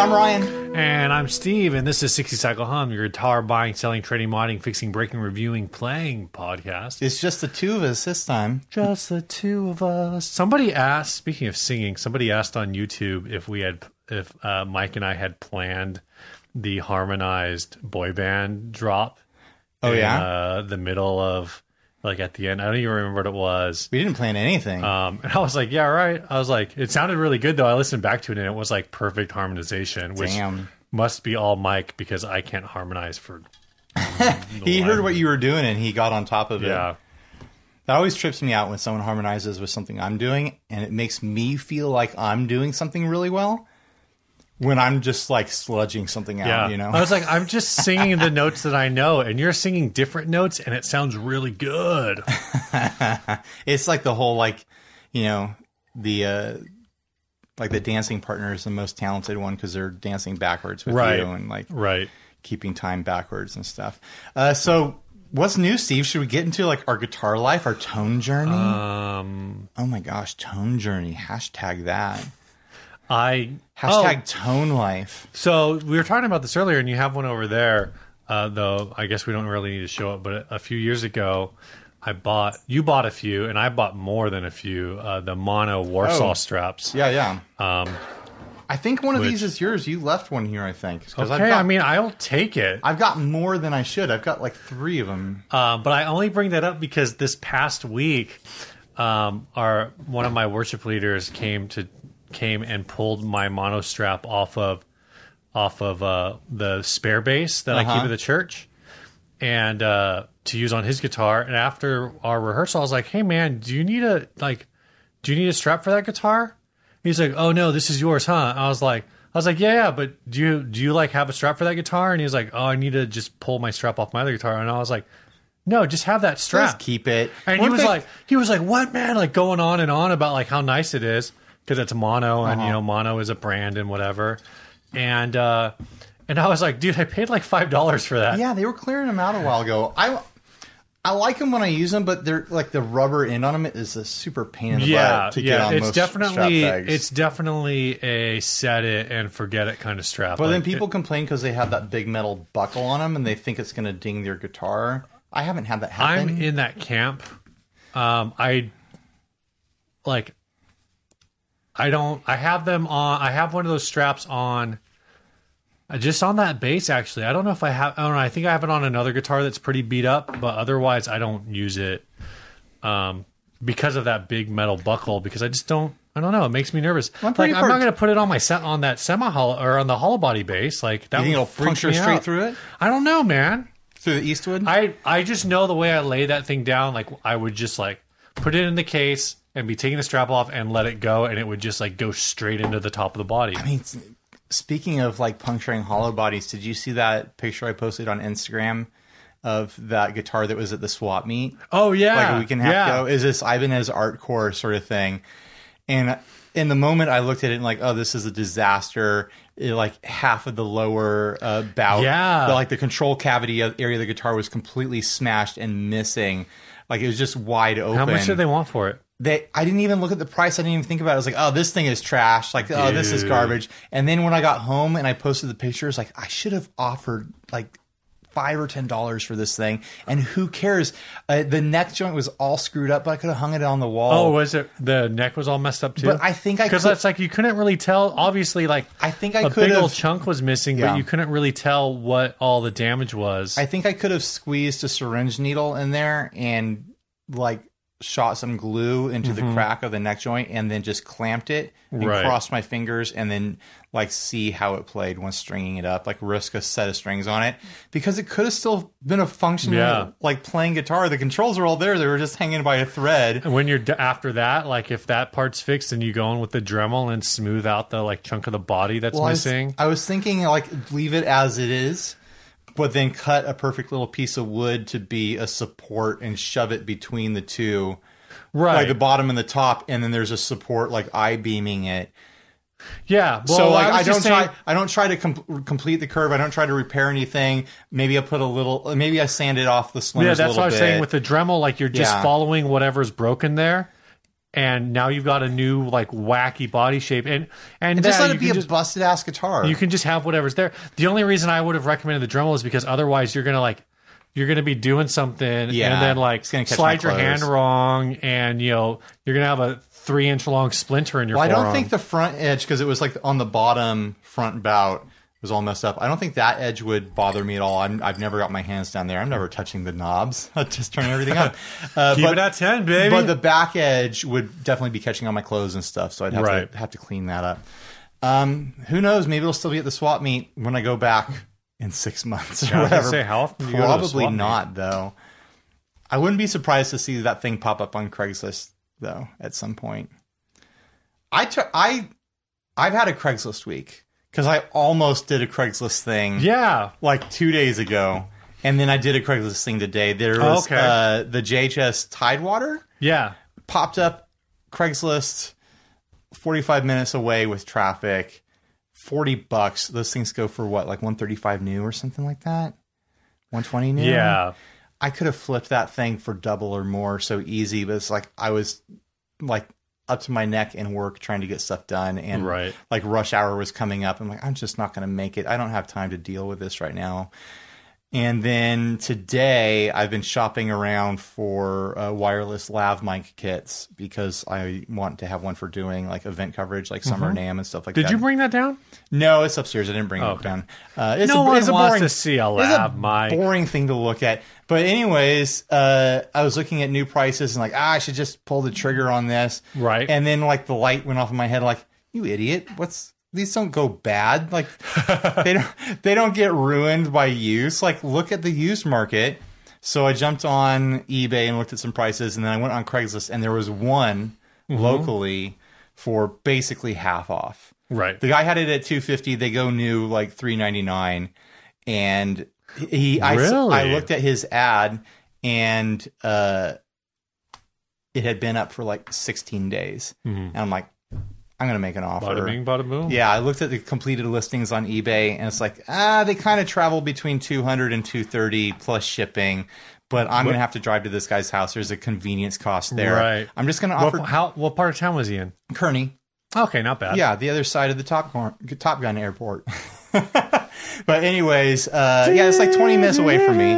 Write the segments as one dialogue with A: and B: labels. A: I'm Ryan.
B: And I'm Steve, and this is 60 Cycle Hum, your guitar buying, selling, trading, modding, fixing, breaking, reviewing, playing podcast.
A: It's just the two of us this time.
B: Just the two of us. Somebody asked, speaking of singing, somebody asked on YouTube if we had, if uh, Mike and I had planned the harmonized boy band drop.
A: Oh,
B: in,
A: yeah?
B: Uh, the middle of, like at the end. I don't even remember what it was.
A: We didn't plan anything.
B: Um, and I was like, yeah, right. I was like, it sounded really good though. I listened back to it and it was like perfect harmonization, which
A: Damn.
B: must be all Mike because I can't harmonize for.
A: he heard what you were doing and he got on top of it.
B: Yeah.
A: That always trips me out when someone harmonizes with something I'm doing and it makes me feel like I'm doing something really well when I'm just like sludging something out,
B: Yeah.
A: you know?
B: I was like, I'm just singing the notes that I know and you're singing different notes and it sounds really good.
A: it's like the whole like you know the uh like the dancing partner is the most talented one because they're dancing backwards with
B: Right.
A: you and like
B: right.
A: keeping time backwards and stuff uh so what's new steve should we get into like our guitar life our tone journey
B: Um,
A: oh my gosh tone journey hashtag that
B: I.
A: hashtag
B: Oh,
A: tone life
B: So we were talking about this earlier, and you have one over there. Uh, though I guess we don't really need to show it. But a few years ago, I bought you bought a few, and I bought more than a few. Uh, the mono Warsaw
A: Oh.
B: straps.
A: yeah yeah um i think one of these is yours you left one here i think 'Cause
B: Okay,
A: I've got,
B: I mean I'll take it,
A: i've got more than i should i've got like three of them
B: uh, but I only bring that up because this past week, um, our one of my worship leaders came to came and pulled my mono strap off of off of uh, the spare bass that I keep
A: Uh-huh.
B: at the church, and uh, to use on his guitar. And after our rehearsal, I was like, "Hey man, do you need a like, do you need a strap for that guitar?" He's like, "Oh no, this is yours, huh?" I was like, "I was like, yeah, yeah, but do you do you like have a strap for that guitar?" And he was like, "Oh, I need to just pull my strap off my other guitar." And I was like, "No, just have that strap."
A: just keep it
B: And he
A: Weren't
B: was
A: they-
B: like, he was like, what man? Like going on and on about like how nice it is because it's mono and
A: Uh-huh.
B: you know mono is a brand and whatever. And uh, and I was like, dude, I paid like five dollars for that.
A: Yeah, they were clearing them out a while ago. I I like them when I use them, but they're like the rubber end on them is a super pain in the
B: yeah,
A: butt to get
B: yeah.
A: on
B: It's
A: most
B: definitely
A: strap bags.
B: it's definitely a set it and forget it kind of strap.
A: but then
B: Like,
A: people complain because they have that big metal buckle on them and they think it's going to ding their guitar. I haven't had that happen.
B: I'm in that camp. Um, I like. I don't. I have them on. I have one of those straps on. uh, Just on that bass, actually. I don't know if I have. I don't know. I think I have it on another guitar that's pretty beat up, but otherwise, I don't use it um, because of that big metal buckle. Because I just don't. I don't know. It makes me nervous.
A: I'm
B: Like
A: pretty
B: I'm not
A: part-
B: going to put it on my set on that semi hollow or on the hollow body bass. Like that
A: you think
B: would
A: it'll
B: freak
A: puncture
B: me
A: straight
B: out.
A: through it
B: I don't know, man.
A: through the Eastwood?
B: I I just know the way I lay that thing down, like I would just like put it in the case and be taking the strap off and let it go, and it would just like go straight into the top of the body.
A: I mean, s- speaking of like puncturing hollow bodies, did you see that picture I posted on Instagram of that guitar that was at the swap meet?
B: Oh yeah,
A: like a week and a half ago is this Ibanez art core sort of thing. And in the moment I looked at it and like, oh, this is a disaster. It, like half of the lower uh, bout,
B: Yeah.
A: the- like the control cavity of- area of the guitar was completely smashed and missing. Like it was just wide open.
B: How much do they want for it?
A: They- I didn't even look at the price. I didn't even think about it. I was like, oh, this thing is trash. Like, oh, this is
B: Dude.
A: garbage. And then when I got home and I posted the pictures, like, I should have offered like five or ten dollars for this thing. And who cares? Uh, the neck joint was all screwed up, but I could have hung it on the wall.
B: Oh, was it the neck was all messed up too?
A: But I think I
B: because
A: could-
B: that's like you couldn't really tell. Obviously, like
A: I think I
B: a
A: could
B: big old
A: have.
B: chunk was missing,
A: Yeah.
B: but you couldn't really tell what all the damage was.
A: I think I could have squeezed a syringe needle in there and like shot some glue into the crack of the neck joint and then just clamped it and
B: Mm-hmm. Right.
A: crossed my fingers and then like see how it played when stringing it up, like risk a set of strings on it because it could have still been a functional
B: Yeah.
A: like playing guitar. The controls were all there; they were just hanging by a thread.
B: And when you're d- after that, like if that part's fixed, then you go in with the Dremel and smooth out the like chunk of the body that's
A: Well, I was-
B: missing.
A: I was, thinking like leave it as it is, but then cut a perfect little piece of wood to be a support and shove it between the two,
B: right.
A: like the bottom and the top, and then there's a support like I beaming it.
B: Yeah. Well,
A: so like
B: was
A: I, don't
B: just saying-
A: try I don't try to com- complete the curve. I don't try to repair anything. Maybe I put a little. Maybe I sand it off the
B: Yeah,
A: splinters.
B: that's
A: a little
B: what I was
A: bit.
B: saying with the Dremel. Like you're just
A: Yeah.
B: following whatever's broken there, and now you've got a new like wacky body shape and and,
A: And just
B: yeah,
A: let
B: you
A: it be
B: can
A: a
B: just-
A: busted ass guitar.
B: you can just have whatever's there. The only reason I would have recommended the Dremel is because otherwise you're gonna like you're gonna be doing something
A: Yeah,
B: and then like
A: it's gonna catch
B: slide
A: my
B: your hand
A: clothes.
B: wrong and you know you're gonna have a three inch long splinter in your.
A: Well, I don't
B: forearm.
A: think the front edge because it was like on the bottom front bout was all messed up. I don't think that edge would bother me at all. I'm, I've never got my hands down there. I'm never touching the knobs. I just turn everything up. Uh,
B: keep
A: but,
B: it at ten, baby.
A: but the back edge would definitely be catching on my clothes and stuff, so I'd have
B: Right.
A: to have to clean that up. Um, who knows? Maybe it'll still be at the swap meet when I go back in six months or
B: I was gonna
A: whatever.
B: say, how often do you go to the
A: Probably
B: swap meet?
A: not though. I wouldn't be surprised to see that thing pop up on Craigslist though at some point. I tr- I I've had a Craigslist week because I almost did a Craigslist thing
B: yeah,
A: like two days ago, and then I did a Craigslist thing today. There
B: Oh,
A: was
B: okay.
A: uh, the JHS Tidewater
B: yeah.
A: popped up Craigslist 45 minutes away with traffic 40 bucks those things go for what like 135 new or something like that 120 new
B: Yeah.
A: I could have flipped that thing for double or more so easy but it's like I was like up to my neck in work trying to get stuff done and
B: Right.
A: like rush hour was coming up I'm like I'm just not going to make it I don't have time to deal with this right now and then today, I've been shopping around for uh, wireless lav mic kits because I want to have one for doing like event coverage, like Summer NAM and stuff like
B: Mm-hmm. Did
A: that.
B: you bring that down?
A: No, it's upstairs. I didn't bring it
B: Okay.
A: down. Uh, it's
B: No
A: a,
B: one
A: it's a
B: wants
A: boring,
B: to see a
A: it's
B: lab mic.
A: Boring thing to look at. But anyways, uh, I was looking at new prices and like, ah, I should just pull the trigger on this.
B: Right.
A: And then like the light went off in my head. Like, you idiot! What's these don't go bad. Like they don't they don't get ruined by use. Like look at the used market. So I jumped on eBay and looked at some prices, and then I went on Craigslist, and there was one locally for basically half off.
B: Right.
A: The guy had it at 250. They go new like 399, and he. I,
B: Really?
A: I looked at his ad, and uh, it had been up for like 16 days, and I'm like, I'm gonna make an
B: Mm-hmm. bada
A: offer.
B: bing, bada boom.
A: Yeah, I looked at the completed listings on eBay, and it's like ah, they kind of travel between 200 and 230 plus shipping. But I'm gonna have to drive to this guy's house. There's a convenience cost there.
B: Right.
A: I'm just gonna offer
B: What, how? What part of town was he in?
A: Kearney.
B: Okay, not bad.
A: Yeah, the other side of the Top Gun, Top Gun airport. but anyways, uh, yeah, it's like 20 minutes away from me.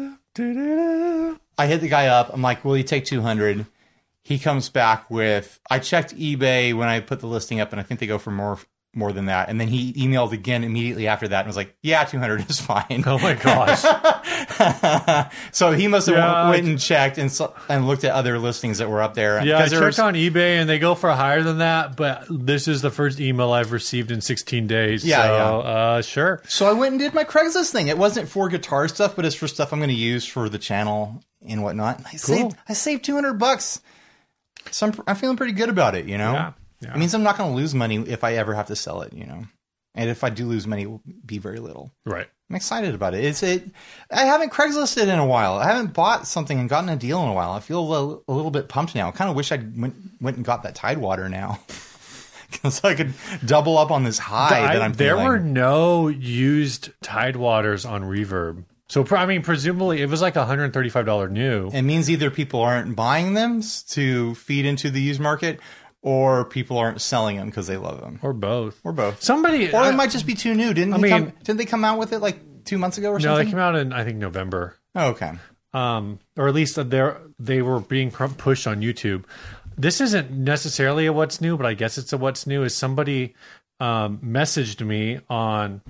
B: me.
A: I hit the guy up. I'm like, "Will you take 200?" He comes back with, "I checked eBay when I put the listing up, and I think they go for more more than that." And then he emailed again immediately after that and was like, "Yeah, 200 is fine."
B: Oh my gosh.
A: so he must have
B: Oh. Yeah,
A: went and checked and saw, and looked at other listings that were up there.
B: Yeah, I
A: 'Cause there
B: checked
A: was-
B: on eBay and they go for higher than that, but this is the first email I've received in 16 days.
A: Yeah,
B: so,
A: yeah.
B: Uh, sure.
A: So I went and did my Craigslist thing. It wasn't for guitar stuff, but it's for stuff I'm going to use for the channel and whatnot. And I saved I saved 200 bucks. So I'm, I'm feeling pretty good about it, you know.
B: Yeah, yeah.
A: It means I'm not going to lose money if I ever have to sell it, you know. And if I do lose money, it will be very little.
B: Right.
A: I'm excited about it. It's it. I haven't Craigslisted in a while. I haven't bought something and gotten a deal in a while. I feel a, little- a little bit pumped now. I kind of wish I went went and got that Tidewater now, because I could double up on this high
B: I-
A: that I'm.
B: there
A: feeling.
B: were no used Tidewaters on Reverb. So, pr- I mean, presumably it was like $135 new.
A: It means either people aren't buying them s- to feed into the used market, or people aren't selling them because they love them,
B: Or both.
A: or both.
B: Somebody.
A: or
B: I-
A: it might just be too new. Didn't they
B: mean-
A: come, didn't they come out with it like two months ago or
B: no, they
A: something?
B: came out in, I think, November.
A: oh, okay.
B: um, or at least they they were being pr- pushed on YouTube. This isn't necessarily a what's new, but I guess it's a what's new. Is somebody um, messaged me on?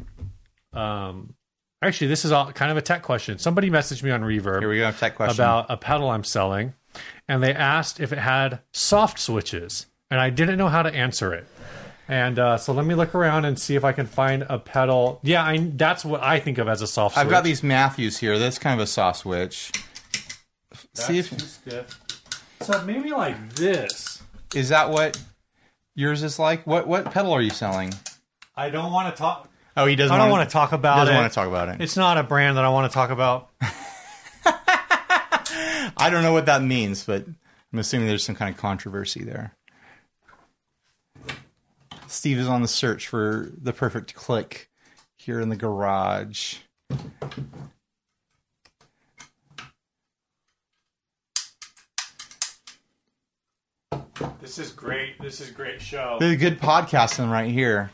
B: Um, actually, this is all kind of a tech question. Somebody messaged me on Reverb
A: Here we go. Tech question.
B: about a pedal I'm selling, and they asked if it had soft switches, and I didn't know how to answer it. And uh, so let me look around and see if I can find a pedal. Yeah, I, that's what I think of as a soft switch.
A: I've got these Matthews here. That's kind of a soft switch. See if
B: So maybe like this.
A: is that what yours is like. What what pedal are you selling?
B: I don't want to talk.
A: Oh, he doesn't.
B: I don't
A: wanna-
B: want to talk about
A: Doesn't
B: it.
A: want to talk about it.
B: It's not a brand that I want to talk about.
A: I don't know what that means, but I'm assuming there's some kind of controversy there. Steve is on the search for the perfect click here in the garage.
B: This is great. This is great show.
A: There's good podcasting right here.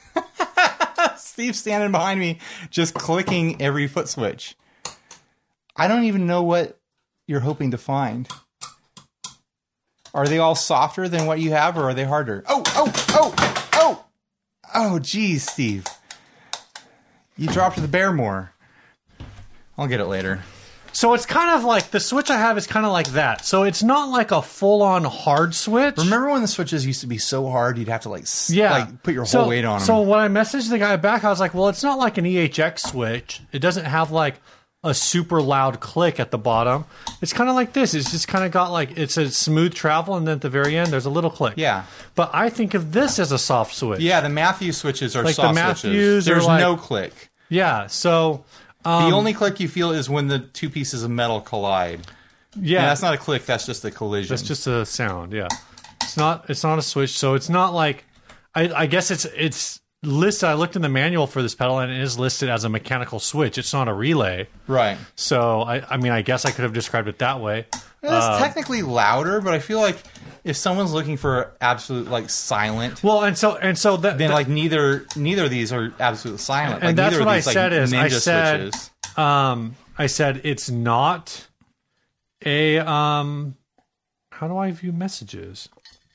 A: Steve's standing behind me, just clicking every foot switch. I don't even know what you're hoping to find. Are they all softer than what you have, or are they harder? Oh, oh, oh, oh, oh, geez, Steve. You dropped the bear more. I'll get it later.
B: So it's kind of like the switch I have is kind of like that. So it's not like a full on hard switch.
A: Remember when the switches used to be so hard you'd have to like s-
B: Yeah.
A: like put your whole
B: So-
A: weight on them.
B: So when I messaged the guy back, I was like, well, it's not like an EHX switch. It doesn't have like a super loud click at the bottom. It's kind of like this. It's just kind of got like, it's a smooth travel. And then at the very end, there's a little click.
A: Yeah.
B: But I think of this as a soft switch.
A: yeah, the Matthews switches are
B: Like the
A: soft switches.
B: Matthews are
A: There's
B: like-
A: no click.
B: Yeah, so. Um,
A: The only click you feel is when the two pieces of metal collide.
B: yeah,
A: And that's not a click, that's just a collision.
B: It's just a sound, yeah. It's not it's not a switch, so it's not like I, I guess it's it's listed I looked in the manual for this pedal and it is listed as a mechanical switch. It's not a relay.
A: right.
B: So I, I mean I guess I could have described it that way.
A: It's
B: uh,
A: technically louder, but I feel like if someone's looking for absolute like silent,
B: Well and so and so that
A: then like neither neither of these are absolute silent.
B: And
A: like,
B: that's
A: neither
B: what I
A: of these,
B: said
A: like,
B: is, I
A: ninja
B: said-
A: switches.
B: um I said it's not a um how do I view messages?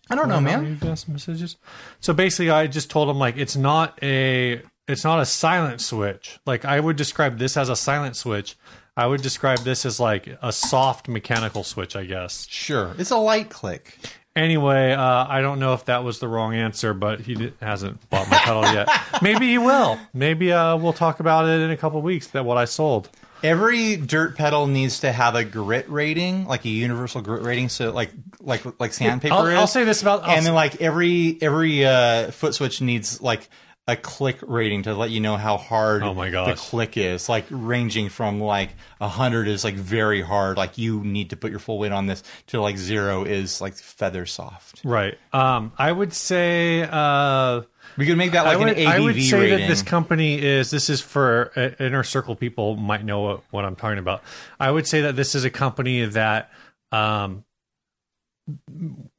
A: I don't know,
B: How do
A: Oh, man.
B: you view messages. So basically I just told him like it's not a it's not a silent switch. Like I would describe this as a silent switch. I would describe this as like a soft mechanical switch, I guess.
A: Sure, it's a light click.
B: Anyway, uh, I don't know if that was the wrong answer, but he di- hasn't bought my pedal yet. Maybe he will. Maybe uh, we'll talk about it in a couple weeks. That what I sold.
A: Every dirt pedal needs to have a grit rating, like a universal grit rating. So like like like sandpaper
B: I'll,
A: is.
B: I'll say this about. I'll
A: and then like every every uh, foot switch needs like a click rating to let you know how hard
B: Oh my
A: the
B: gosh.
A: click is like ranging from like 100 is like very hard like you need to put your full weight on this to like 0 is like feather soft
B: right. Um, I would say. Uh,
A: we could make that like
B: I would,
A: an ABV
B: I would say
A: rating
B: that this company is this is for uh, inner circle people might know what, what I'm talking about. I would say that this is a company that um,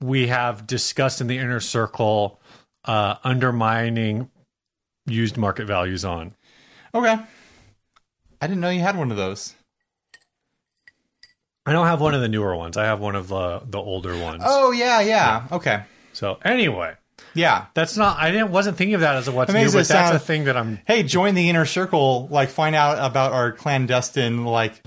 B: we have discussed in the inner circle uh, undermining used market values on.
A: okay I didn't know you had one of those
B: I don't have one of the newer ones. I have one of the the older ones.
A: oh yeah yeah, okay
B: So anyway,
A: yeah
B: that's not. I didn't wasn't thinking of that as a what's new,
A: Amazing
B: but that's
A: sound.
B: a thing that I'm
A: hey join the inner circle like find out about our clandestine like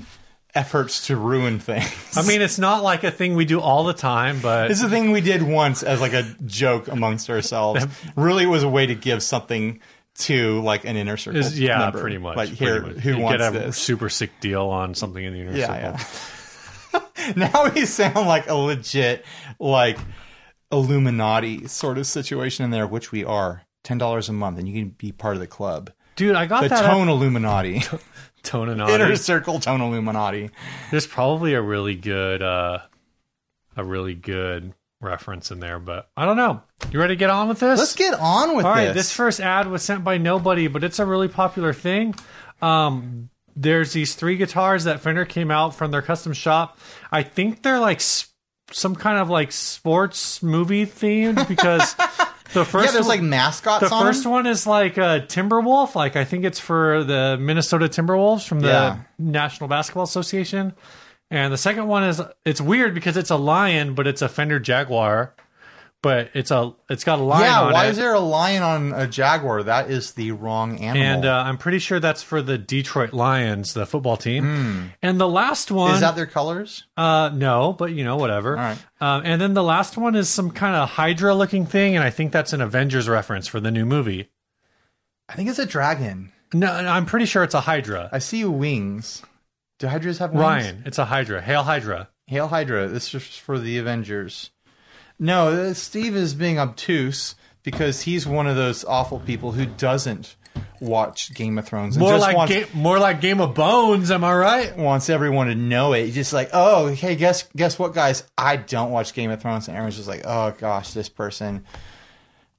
A: efforts to ruin things
B: I mean, it's not like a thing we do all the time, but
A: It's a thing we did once as like a joke amongst ourselves. really, it was a way to give something to like an inner circle.
B: Is- yeah,
A: member.
B: pretty much.
A: Like
B: pretty
A: here,
B: much.
A: who
B: You
A: wants
B: get a
A: this?
B: super sick deal on something in the inner circle.
A: Yeah, yeah. now we sound like a legit like Illuminati sort of situation in there, which we are. Ten dollars a month, and you can be part of the club.
B: Dude, I got
A: The
B: that
A: tone Illuminati,
B: tone and
A: inner
B: honor.
A: circle tone Illuminati.
B: There's probably a really good, uh, a really good reference in there, but I don't know. You ready to get on with this?
A: Let's get on with
B: All
A: this.
B: right, this first ad was sent by nobody, but it's a really popular thing. Um, there's these three guitars that Fender came out from their custom shop. I think they're like s some kind of like sports movie themed because the first
A: yeah, there's
B: one-
A: like mascots
B: The
A: on
B: first
A: them.
B: one is like a Timberwolf. Like I think it's for the Minnesota Timberwolves from the
A: Yeah.
B: National Basketball Association. And the second one is it's weird because it's a lion, but it's a Fender Jaguar. But it's a it's got a lion
A: Yeah,
B: on
A: why
B: it.
A: is there a lion on a jaguar? That is the wrong animal.
B: and uh, I'm pretty sure that's for the Detroit Lions, the football team. And the last one
A: Hmm. Is that their colors?
B: Uh, no, but you know, whatever.
A: right.
B: Um, and then the last one is some kind of Hydra looking thing, and I think that's an Avengers reference for the new movie.
A: I think it's a dragon.
B: No, I'm pretty sure it's a Hydra.
A: I see wings. Do Hydras have wings?
B: Ryan, it's a Hydra. Hail Hydra.
A: Hail Hydra. This is for the Avengers. No, uh, Steve is being obtuse because he's one of those awful people who doesn't watch Game of Thrones. And
B: More
A: just
B: like
A: wants,
B: ga- more like Game of Bones. Am I right?
A: wants everyone to know it. He's just like, oh, hey, guess guess what, guys? I don't watch Game of Thrones. And everyone's just like, oh, gosh, this person.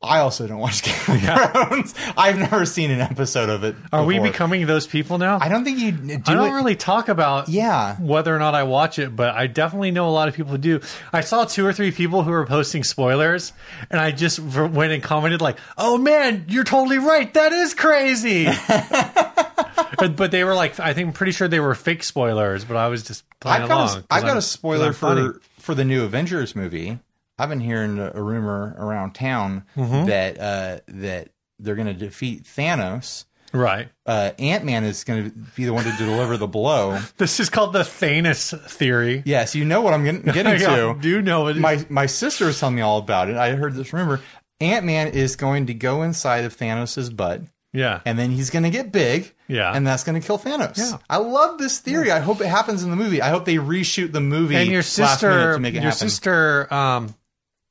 A: I also don't watch Game of Thrones. I've never seen an episode of it.
B: Are we
A: before.
B: becoming those people now?
A: I don't think you do
B: I don't
A: it.
B: really talk about
A: Yeah.
B: whether or not I watch it, but I definitely know a lot of people who do. I saw two or three people who were posting spoilers, and I just v- went and commented like, "Oh man, you're totally right. That is crazy." but but they were like, I think I'm pretty sure they were fake spoilers, but I was just playing
A: I've
B: along.
A: got, a,
B: 'cause
A: I've
B: I'm-
A: got a
B: 'cause
A: spoiler
B: I'm funny.
A: for for the new Avengers movie. I've been hearing a a rumor around town
B: Mm-hmm.
A: that uh, that they're going to defeat Thanos.
B: right.
A: Uh, Ant Man is going to be the one to deliver the blow.
B: This is called the Thanos theory.
A: Yes, you know what I'm getting, getting
B: I
A: to.
B: do know it.
A: My my sister was telling me all about it. I heard this rumor. Ant Man is going to go inside of Thanos' butt,
B: yeah.
A: and then he's going to get big.
B: Yeah.
A: and that's going to kill Thanos.
B: Yeah.
A: I love this theory. I hope it happens in the movie. I hope they reshoot the movie
B: and your
A: last minute
B: sister
A: to make it
B: your
A: happen.
B: sister um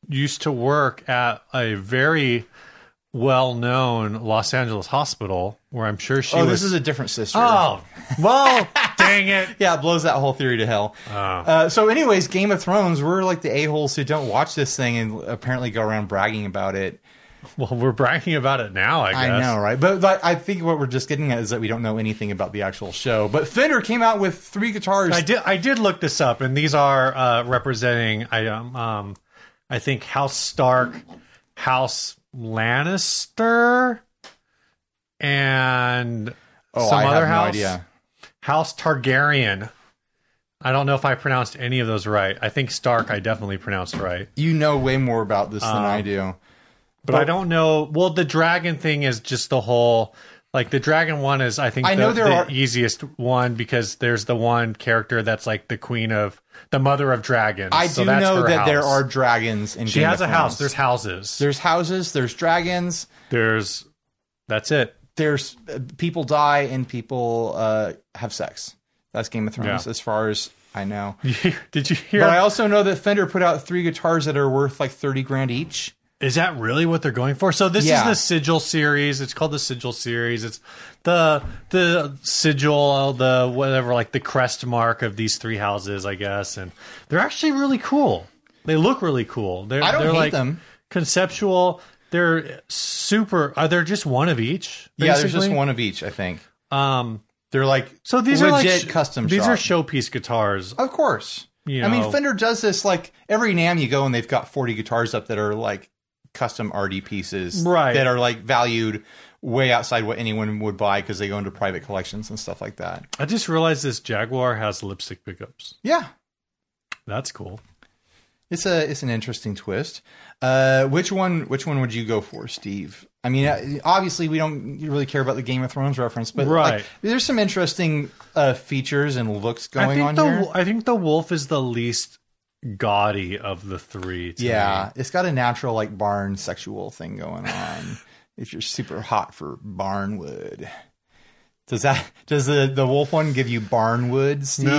B: used to work at a very well-known Los Angeles hospital where I'm sure she
A: Oh,
B: was
A: this is a different sister.
B: Oh, well, dang it.
A: Yeah, it blows that whole theory to hell.
B: Oh.
A: Uh, so, anyways, Game of Thrones, we're like the a-holes who don't watch this thing and apparently go around bragging about it.
B: Well, we're bragging about it now, I guess.
A: I know, right? But, but I think what we're just getting at is that we don't know anything about the actual show. But Fender came out with three guitars.
B: I did I did look this up and these are uh representing I um, um I think House Stark, House Lannister and
A: oh,
B: some
A: I
B: other
A: have
B: house.
A: no idea.
B: House Targaryen. I don't know if I pronounced any of those right. I think Stark I definitely pronounced right.
A: You know way more about this than
B: Um,
A: I do.
B: But, I don't know. Well, the dragon thing is just the whole like the dragon one is I think
A: I
B: the,
A: know there
B: the
A: are-
B: easiest one because there's the one character that's like the queen of the mother of dragons.
A: I
B: So
A: do
B: that's
A: know
B: her
A: that there
B: house.
A: are dragons in
B: She
A: Game
B: has
A: of
B: a house.
A: Thrones.
B: There's houses.
A: There's houses, there's dragons,
B: There's that's it.
A: there's uh, people die and people uh, have sex. That's Game of Thrones,
B: Yeah.
A: as far as I know.
B: Did you hear?
A: But I also know that Fender put out three guitars that are worth like thirty grand each.
B: Is that really what they're going for? So this
A: Yeah.
B: is the Sigil series. It's called the Sigil series. It's the the sigil, the whatever, like the crest mark of these three houses, I guess. And they're actually really cool. They look really cool. They're,
A: I don't
B: they're
A: hate
B: like
A: them.
B: Conceptual. They're super. Are there just one of each?
A: Yeah, there's just
B: basically?
A: one of each. I think
B: Um,
A: they're like
B: so these
A: legit
B: are like sh-
A: custom.
B: These
A: shop.
B: are showpiece guitars.
A: of course.
B: You
A: I mean,
B: know.
A: Fender does this like every Nam you go and they've got forty guitars up that are like custom RD pieces,
B: Right.
A: That are like valued way outside what anyone would buy because they go into private collections and stuff like that.
B: I just realized this Jaguar has lipstick pickups.
A: Yeah,
B: That's cool.
A: It's a it's an interesting twist. Uh, which one which one would you go for, Steve? I mean, uh, obviously we don't really care about the Game of Thrones reference, but like,
B: Right.
A: there's some interesting uh, features and looks
B: I
A: going
B: think
A: on
B: the
A: here.
B: I think the wolf is the least gaudy of the three. to
A: yeah, it's got a natural like barn sexual thing going on. if you're super hot for barnwood, does that does the the wolf one give you barnwood, Steve?
B: me.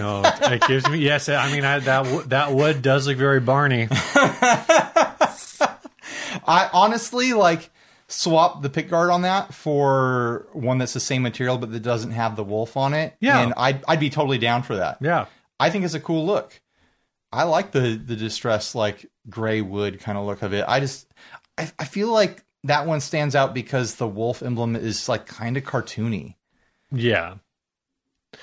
B: No, no, it gives me yes. I mean, I, that wo- that wood does look very Barney.
A: I honestly like swap the pick guard on that for one that's the same material but that doesn't have the wolf on it.
B: Yeah.
A: And I'd I'd be totally down for that.
B: Yeah,
A: I think it's a cool look. I like the the distressed like gray wood kind of look of it. I just I, I feel like that one stands out because the wolf emblem is like kind of cartoony.
B: yeah.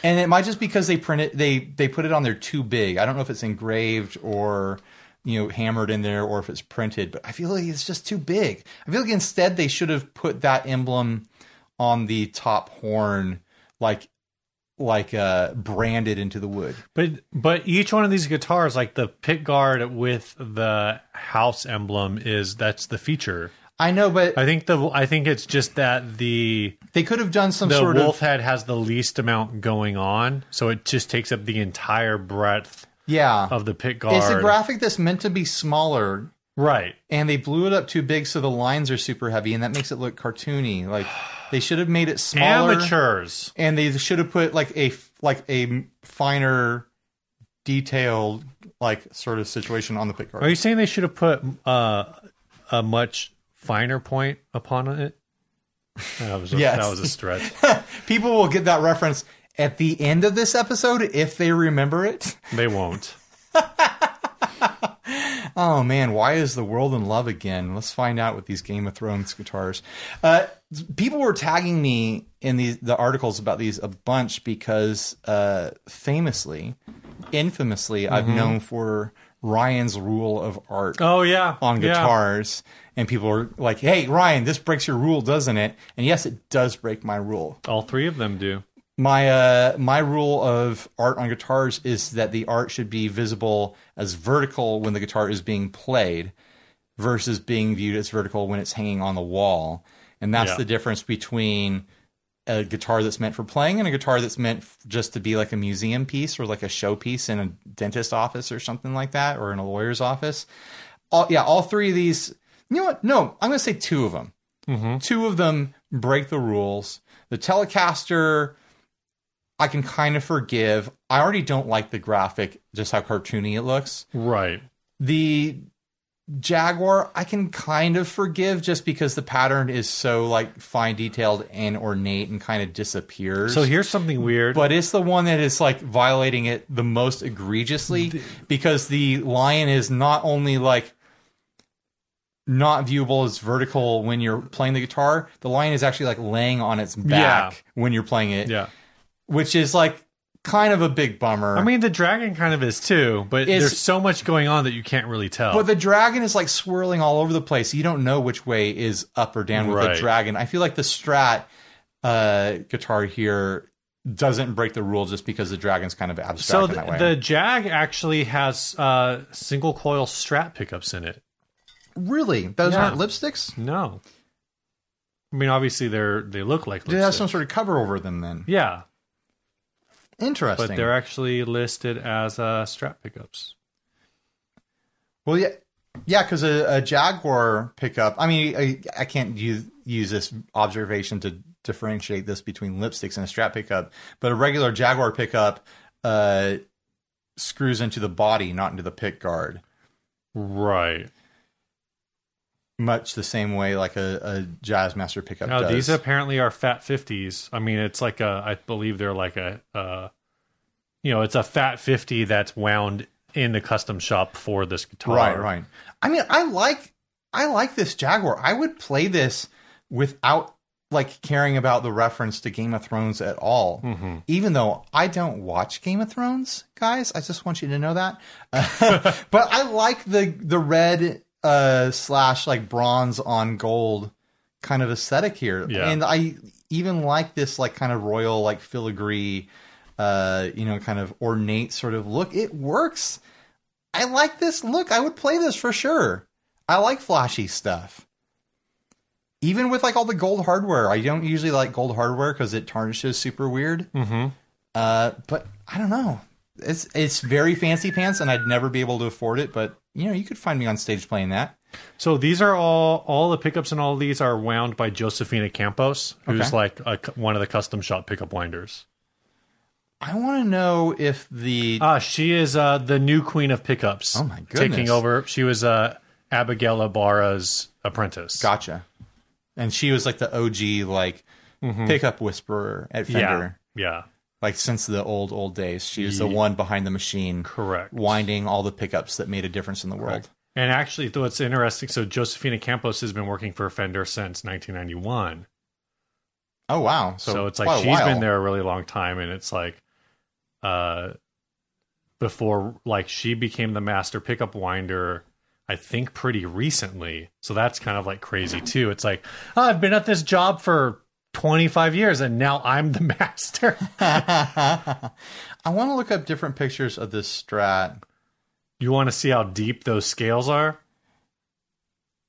A: And it might just because they print it they they put it on there too big. I don't know if it's engraved or you know hammered in there or if it's printed, but I feel like it's just too big. I feel like instead they should have put that emblem on the top horn like like uh branded into the wood.
B: But but each one of these guitars, like the pick guard with the house emblem, is that's the feature.
A: I know, but
B: I think the I think it's just that the
A: they could have done some
B: the
A: sort
B: wolf
A: of
B: head has the least amount going on, so it just takes up the entire breadth
A: yeah.
B: of the pick guard.
A: It's a graphic that's meant to be smaller
B: right?
A: and they blew it up too big so the lines are super heavy and that makes it look cartoony. Like they should have made it smaller.
B: Amateurs.
A: and they should have put like a like a finer detailed like sort of situation on the pick
B: Are
A: card
B: you saying they should have put uh, a much finer point upon it? That was a,
A: Yes.
B: that was a stretch.
A: people will get that reference at the end of this episode if they remember it
B: They won't.
A: oh man, why is the world in love again? Let's find out with these Game of Thrones guitars. Uh, people were tagging me in the the articles about these a bunch because uh, famously, infamously, I've known for Ryan's rule of art
B: Mm-hmm. Oh yeah,
A: on
B: yeah.
A: guitars and people are like hey ryan this breaks your rule doesn't it and yes it does break my rule
B: All three of them do.
A: my uh my rule of art on guitars is that the art should be visible as vertical when the guitar is being played versus being viewed as vertical when it's hanging on the wall and that's
B: Yeah.
A: the difference between a guitar that's meant for playing and a guitar that's meant f- just to be like a museum piece or like a showpiece in a dentist office or something like that or in a lawyer's office all yeah, all three of these. You know what? No, I'm going to say two of them.
B: Mm-hmm.
A: Two of them break the rules. The Telecaster, I can kind of forgive. I already don't like the graphic, just how cartoony it looks.
B: Right.
A: The Jaguar, I can kind of forgive just because the pattern is so like fine detailed and ornate and kind of disappears.
B: So here's something weird.
A: but it's the one that is like violating it the most egregiously because the lion is not only like not viewable as vertical when you're playing the guitar the lion is actually like laying on its back when you're playing it
B: yeah.
A: which is like kind of a big bummer
B: I mean, the dragon kind of is too, but
A: It's-
B: there's so much going on that you can't really tell.
A: but the dragon is like swirling all over the place you don't know which way is up or down with
B: Right.
A: the dragon i feel like the strat uh guitar here doesn't break the rule just because the dragon's kind of abstract
B: so
A: in that way
B: th- the Jag actually has uh, single coil strat pickups in it.
A: Really? Those
B: Yeah.
A: aren't lipsticks?
B: No, I mean obviously they're they look like
A: Do they have
B: lipstick.
A: some sort of cover over them then?
B: yeah,
A: Interesting.
B: but they're actually listed as uh, strat pickups.
A: well, yeah, yeah, because a, a Jaguar pickup. I mean, I, I can't use use this observation to differentiate this between lipsticks and a strap pickup, but a regular Jaguar pickup uh, screws into the body, not into the pick guard.
B: Right.
A: Much the same way like a, a Jazzmaster pickup
B: Now
A: does.
B: these apparently are fat fifties. I mean, it's like a I believe they're like a uh, you know, it's a fat fifty that's wound in the custom shop for this guitar.
A: Right, right. I mean, I like I like this Jaguar. I would play this without like caring about the reference to Game of Thrones at all. Hmm. Even though I don't watch Game of Thrones, guys, I just want you to know that. but I like the the red uh slash like bronze on gold kind of aesthetic here.
B: Yeah.
A: And I even like this like kind of royal like filigree uh you know kind of ornate sort of look. It works. I like this look. I would play this for sure. I like flashy stuff. Even with like all the gold hardware, I don't usually like gold hardware because it tarnishes super weird.
B: Mm-hmm.
A: Uh, but I don't know. It's it's very fancy pants, and I'd never be able to afford it. But you know, you could find me on stage playing that.
B: So these are all all the pickups and all these are wound by Josefina Campos, who's
A: Okay.
B: like a, cu- one of the custom shop pickup winders.
A: I want to know if the
B: Ah, she is uh, the new queen of pickups.
A: Oh my
B: Taking
A: goodness.
B: over, she was uh, Abigail Ibarra's apprentice.
A: gotcha, and she was like the OG like pickup whisperer at Fender.
B: Mm-hmm. yeah, yeah,
A: Like since the old old days, she was the one behind the machine.
B: correct.
A: winding all the pickups that made a difference in the world.
B: And actually, though it's interesting, so Josefina Campos has been working for Fender since 1991.
A: Oh wow! So,
B: So, it's
A: quite
B: like
A: a
B: she's
A: while.
B: been there a really long time, and it's like, uh, before like she became the master pickup winder, I think pretty recently. So that's kind of like crazy too. It's like "Oh, I've been at this job for 25 years, and now I'm the master.
A: I want to look up different pictures of this Strat.
B: you want to see how deep those scales are?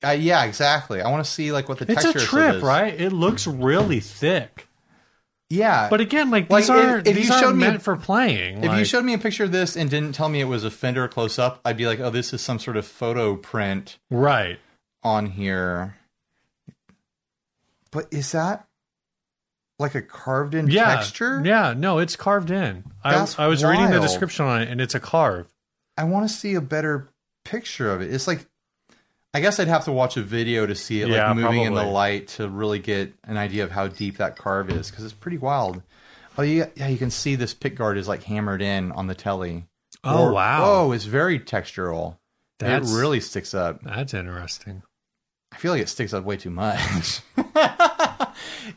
A: Uh, yeah, exactly. I want to see like what the
B: It's a
A: texture is.
B: trip, right? It looks really thick.
A: Yeah,
B: But again, like
A: Like,
B: these are
A: if- if
B: these
A: you
B: are
A: showed me-
B: meant for playing.
A: if you
B: like-
A: showed me a picture of this and didn't tell me it was a Fender close up, I'd be like, oh, this is some sort of photo print
B: right,
A: on here. But is that like a carved in
B: yeah,
A: texture?
B: yeah, no, it's carved in. I,
A: That's
B: I was reading the
A: wild.
B: description on it, and it's a carve.
A: I want to see a better picture of it. It's like, I guess I'd have to watch a video to see it
B: Yeah,
A: like moving in the
B: probably.
A: light to really get an idea of how deep that carve is because it's pretty wild. Oh yeah, yeah, you can see this pick guard is like hammered in on the telly.
B: Oh
A: Or-
B: wow,
A: Oh, it's very textural.
B: That's
A: it really sticks up.
B: that's interesting.
A: I feel like it sticks up way too much.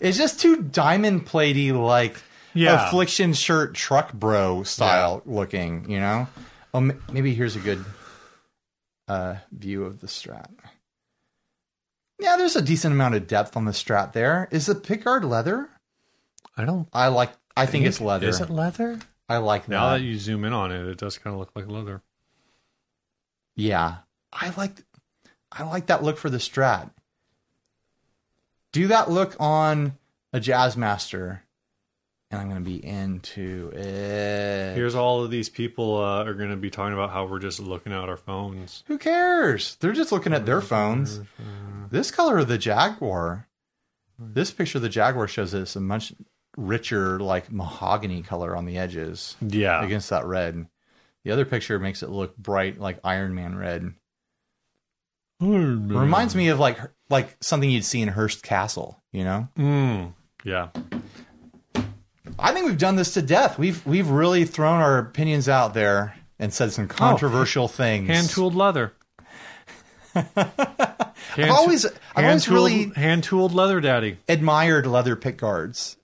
A: it's just too diamond platey, like
B: Yeah.
A: affliction shirt truck bro style looking. You know, oh, m- maybe here's a good uh, view of the strat. Yeah, there's a decent amount of depth on the strat. There is the Picard leather.
B: I don't
A: I like. I think it's leather.
B: Is it leather?
A: I like
B: Now
A: that.
B: that you zoom in on it, it does kind of look like leather.
A: Yeah. I like I like that look for the strat. Do that look on a jazz master. And I'm gonna be into it.
B: Here's all of these people uh, are going to be talking about how we're just looking at our phones.
A: Who cares? They're just looking at their phones. This color of the Jaguar. This picture of the Jaguar shows us a much richer, like mahogany color on the edges
B: Yeah.
A: against that red. The other picture makes it look bright, like Iron Man red.
B: Hmm.
A: Reminds me of like like something you'd see in Hearst Castle, you know?
B: Mm. Yeah.
A: I think we've done this to death. We've we've really thrown our opinions out there and said some controversial things.
B: Oh, Hand tooled leather.
A: I've
B: Hand
A: always I've
B: hand
A: always
B: tooled
A: really
B: hand tooled leather daddy.
A: admired leather pick guards.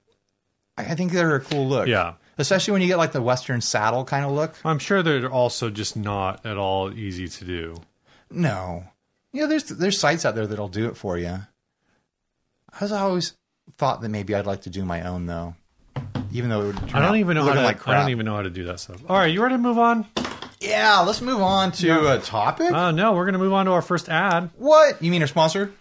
A: I I think they're a cool look.
B: Yeah.
A: Especially when you get like the Western saddle kind of look.
B: I'm sure they're also just not at all easy to do.
A: No. You know, there's there's sites out there that'll do it for you. I was always thought that maybe I'd like to do my own though. Even though it would turn
B: I
A: out
B: don't even know how
A: looking
B: to.
A: like crap.
B: I don't even know how to do that stuff. All right, you ready to move on?
A: Yeah, let's move on to a topic.
B: Uh, no, we're gonna move on to our first ad.
A: what? You mean our sponsor?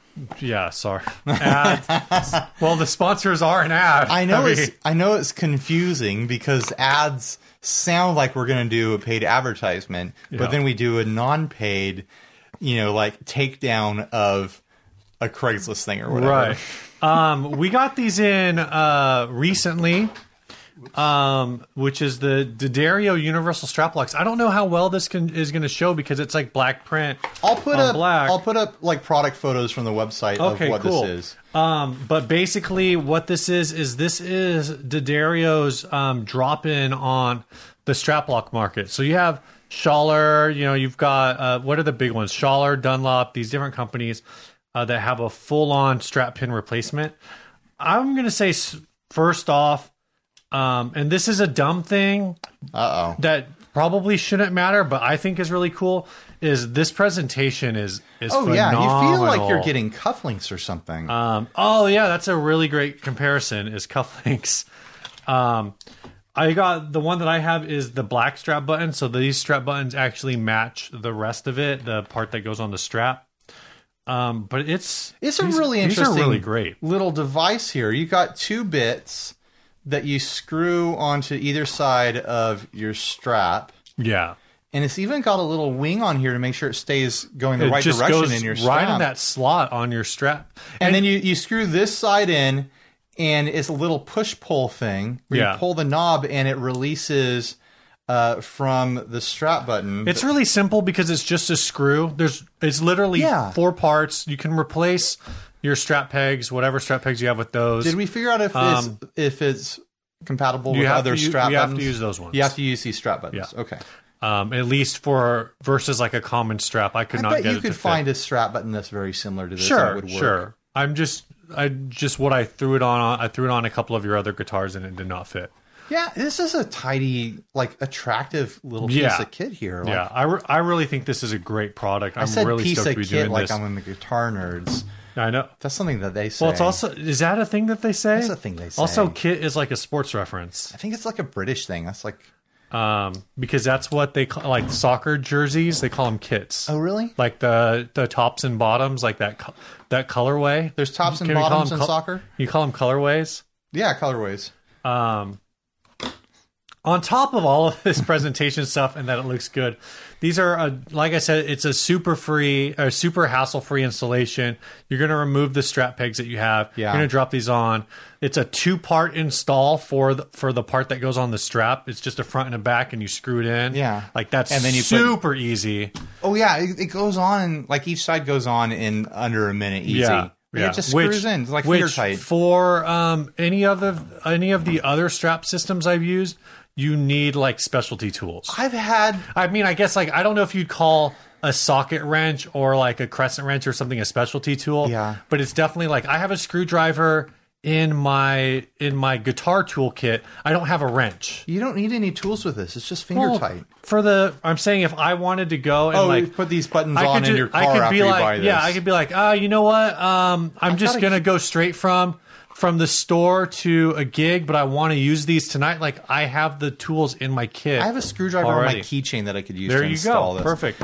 B: Yeah, sorry. Ad. well, the sponsors are an ad.
A: I know
B: mean,
A: it's I know it's confusing because ads sound like we're going to do a paid advertisement,
B: Yeah.
A: but then we do a non-paid, you know, like takedown of a Craigslist thing or whatever.
B: right. um, we got these in uh, recently, um, which is the Daddario Universal Strap Locks. I don't know how well this can, is going to show because it's like black print.
A: I'll put
B: on
A: up
B: black.
A: I'll put up like product photos from the website
B: Okay,
A: of what
B: cool.
A: this is.
B: Um, but basically, what this is is this is Daddario's um, drop in on the straplock market. So you have Schaller, you know, you've got uh, what are the big ones? Schaller, Dunlop, these different companies uh, that have a full on strap pin replacement. I'm gonna say s- first off, um, and this is a dumb thing,
A: Uh-oh.
B: that probably shouldn't matter, but I think is really cool. Is this presentation is is
A: Oh yeah, you feel like you're
B: phenomenal.
A: getting cufflinks or something.
B: Um, oh yeah, that's a really great comparison. Is cufflinks. Um, I got the one that I have is the black strap button. So these strap buttons actually match the rest of it, the part that goes on the strap. Um, but it's
A: It's a
B: these-
A: really
B: these are
A: interesting
B: really great.
A: little device here. You got two bits that you screw onto either side of your strap.
B: Yeah,
A: And it's even got a little wing on here to make sure it stays going the
B: it
A: right
B: just
A: direction
B: goes
A: in your strap.
B: right in that slot on your strap.
A: and then you, you screw this side in, and it's a little push pull thing where
B: Yeah.
A: you pull the knob and it releases uh, from the strap button.
B: It's really simple because it's just a screw. There's it's literally
A: Yeah.
B: four parts. You can replace your strap pegs, whatever strap pegs you have with those.
A: Did we figure out if
B: Um,
A: it's, if it's compatible
B: you
A: with
B: have
A: other
B: to u-
A: strap
B: you have to
A: buttons?
B: use those ones.
A: You have to use these strap buttons. Okay.
B: um, at least for versus like a common strap. I could
A: I
B: not
A: bet
B: get
A: you
B: it
A: could
B: to
A: find a strap button that's very similar to this.
B: fit.
A: and it
B: Sure,
A: would work.
B: sure. I'm just I just what I threw it on. I threw it on a couple of your other guitars and it did not fit.
A: Yeah, this is a tidy, like attractive little piece
B: Yeah.
A: of kit here. Like,
B: yeah, I, re- I really think this is a great product. I'm
A: I said
B: really
A: piece
B: stoked
A: of
B: to be
A: kit
B: doing
A: like
B: this.
A: I'm in the guitar nerds.
B: I know.
A: That's something that they say.
B: Well, it's also is that a thing that they say?
A: That's a thing they say.
B: Also, kit is like a sports reference.
A: I think it's like a British thing. That's like,
B: um, because that's what they call like soccer jerseys. They call them kits,
A: oh really?
B: like the the tops and bottoms, like that co- that colorway.
A: There's tops and
B: Can we call
A: bottoms
B: them
A: in
B: col-
A: soccer.
B: You call them colorways.
A: Yeah, colorways.
B: Um, on top of all of this presentation stuff and that it looks good, these are uh like I said, it's a super free, or super hassle free installation. You're going to remove the strap pegs that you have.
A: Yeah.
B: You're going to drop these on. It's a two part install for the, for the part that goes on the strap. It's just a front and a back, and you screw it in.
A: Yeah.
B: like that's
A: And then you put-
B: super easy.
A: Oh yeah, it, it goes on like each side goes on in under a minute easy.
B: Yeah.
A: Like, It just screws in. It's like
B: which
A: finger tight.
B: For um, any of the any of the other strap systems I've used, you need like specialty tools.
A: I've had
B: I mean, I guess like I don't know if you'd call a socket wrench or like a crescent wrench or something, a specialty tool.
A: Yeah.
B: But it's definitely like I have a screwdriver in my in my guitar toolkit. I don't have a wrench.
C: You don't need any tools with this. It's just finger
B: Well,
C: tight.
B: For the I'm saying if I wanted to go and
A: oh,
B: like
A: you put these buttons
B: I
A: on
B: could,
A: in
B: ju-
A: your car
B: I could
A: after
B: be
A: you
B: like,
A: buy this.
B: yeah, I could be like, ah, you know what? Um, I'm just
C: gotta
B: gonna go straight from from the store to a gig, but I want to use these tonight. Like I have the tools in my kit.
A: I have a screwdriver on
B: Already.
A: my keychain that I could use
B: there
A: to
B: you
A: install this.
B: go, perfect.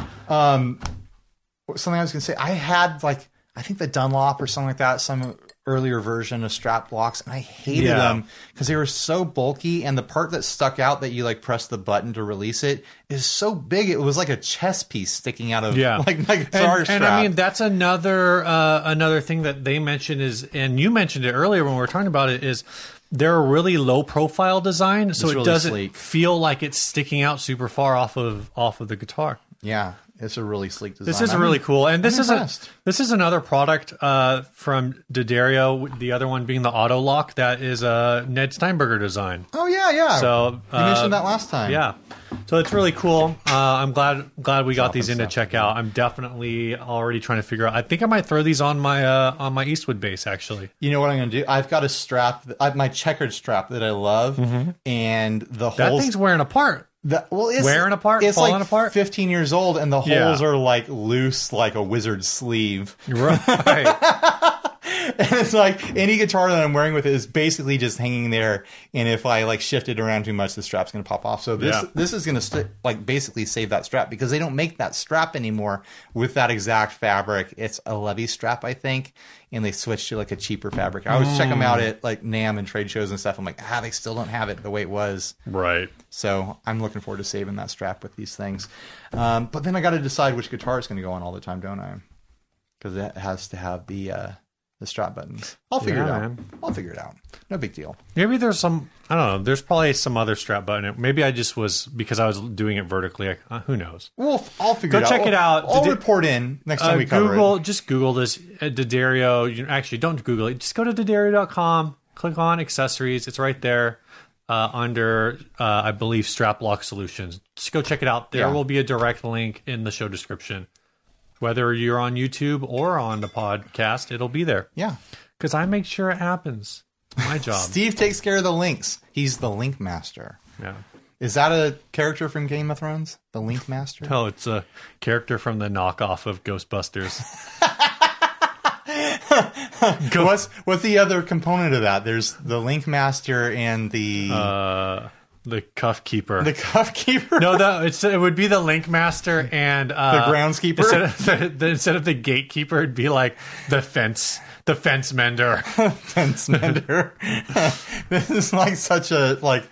A: Something I was going to say, I had like, I think the Dunlop or something like that, some earlier version of strap locks, and I hated
B: Yeah.
A: them because they were so bulky. And the part that stuck out that you like press the button to release it is so big. It was like a chess piece sticking out of
B: Yeah,
A: like my guitar
B: and,
A: strap.
B: and I mean that's another uh, another thing that they mentioned is, and you mentioned it earlier when we were talking about it is. They're a really low profile design, so
A: It's
B: it
A: really
B: doesn't
A: sleek.
B: feel like it's sticking out super far off of off of the guitar.
A: yeah, it's a really sleek design.
B: This is
A: I'm-
B: really cool, and this
A: I'm
B: is a,
A: impressed.
B: this is another product uh, from D'Addario. The other one being the Auto Lock, that is a Ned Steinberger design.
A: Oh yeah, yeah.
B: So uh,
A: you mentioned that last time.
B: Yeah, so it's really cool. Uh, I'm glad glad we got these in to
A: stuff.
B: check out. I'm definitely already trying to figure out. I think I might throw these on my uh, on my Eastwood base actually.
A: You know what I'm going to do? I've got a strap, I have my checkered strap that I love, and the
B: Mm-hmm. That
A: holes.
B: thing's wearing apart.
A: the, well, it's
B: wearing apart,
A: It's
B: falling
A: like
B: apart?
A: 15 years old, and the
B: Yeah.
A: holes are like loose, like a wizard's sleeve.
B: Right.
A: And it's like any guitar that I'm wearing with it is basically just hanging there. And if I like shift it around too much, the strap's going to pop off. So this
B: Yeah.
A: this is going to st- like basically save that strap because they don't make that strap anymore with that exact fabric. It's a Levy strap, I think, and they switched to like a cheaper fabric. I always check them out at like Nam and trade shows and stuff. I'm like, ah, they still don't have it the way it was.
B: right.
A: So I'm looking forward to saving that strap with these things. Um, but then I got to decide which guitar is going to go on all the time, don't I? Because it has to have the uh, the strap buttons. I'll figure it
B: Yeah,
A: out.
B: man.
A: I'll figure it out. No big deal.
B: Maybe there's some. I don't know. There's probably some other strap button. Maybe I just was because I was doing it vertically. I, uh, who knows?
A: We'll f- I'll figure
B: Go
A: it out.
B: check
A: We'll-
B: it out.
A: I'll
B: Did it-
A: report in next
B: Uh,
A: time we cover
B: Google,
A: it.
B: just Google this uh, D'Addario. You, actually, don't Google it. Just go to D'Addario.com, click on accessories. It's right there uh, under, uh, I believe, strap lock solutions. Just go check it out. There
A: Yeah.
B: will be a direct link in the show description. Whether you're on YouTube or on the podcast, it'll be there
A: Yeah.
B: because I make sure it happens. My job.
A: Steve takes care of the links. He's the link master.
B: yeah.
A: Is that a character from Game of Thrones? The link master?
B: Oh, it's a character from the knockoff of Ghostbusters.
A: What's what's the other component of that? There's the link master and the
B: Uh, the cuff keeper.
A: the cuff keeper.
B: No, the, it's, it would be the link master and uh,
A: The groundskeeper?
B: Instead of the, the- instead of the gatekeeper, it'd be like the fence, the fence mender.
A: fence mender. this is like such a like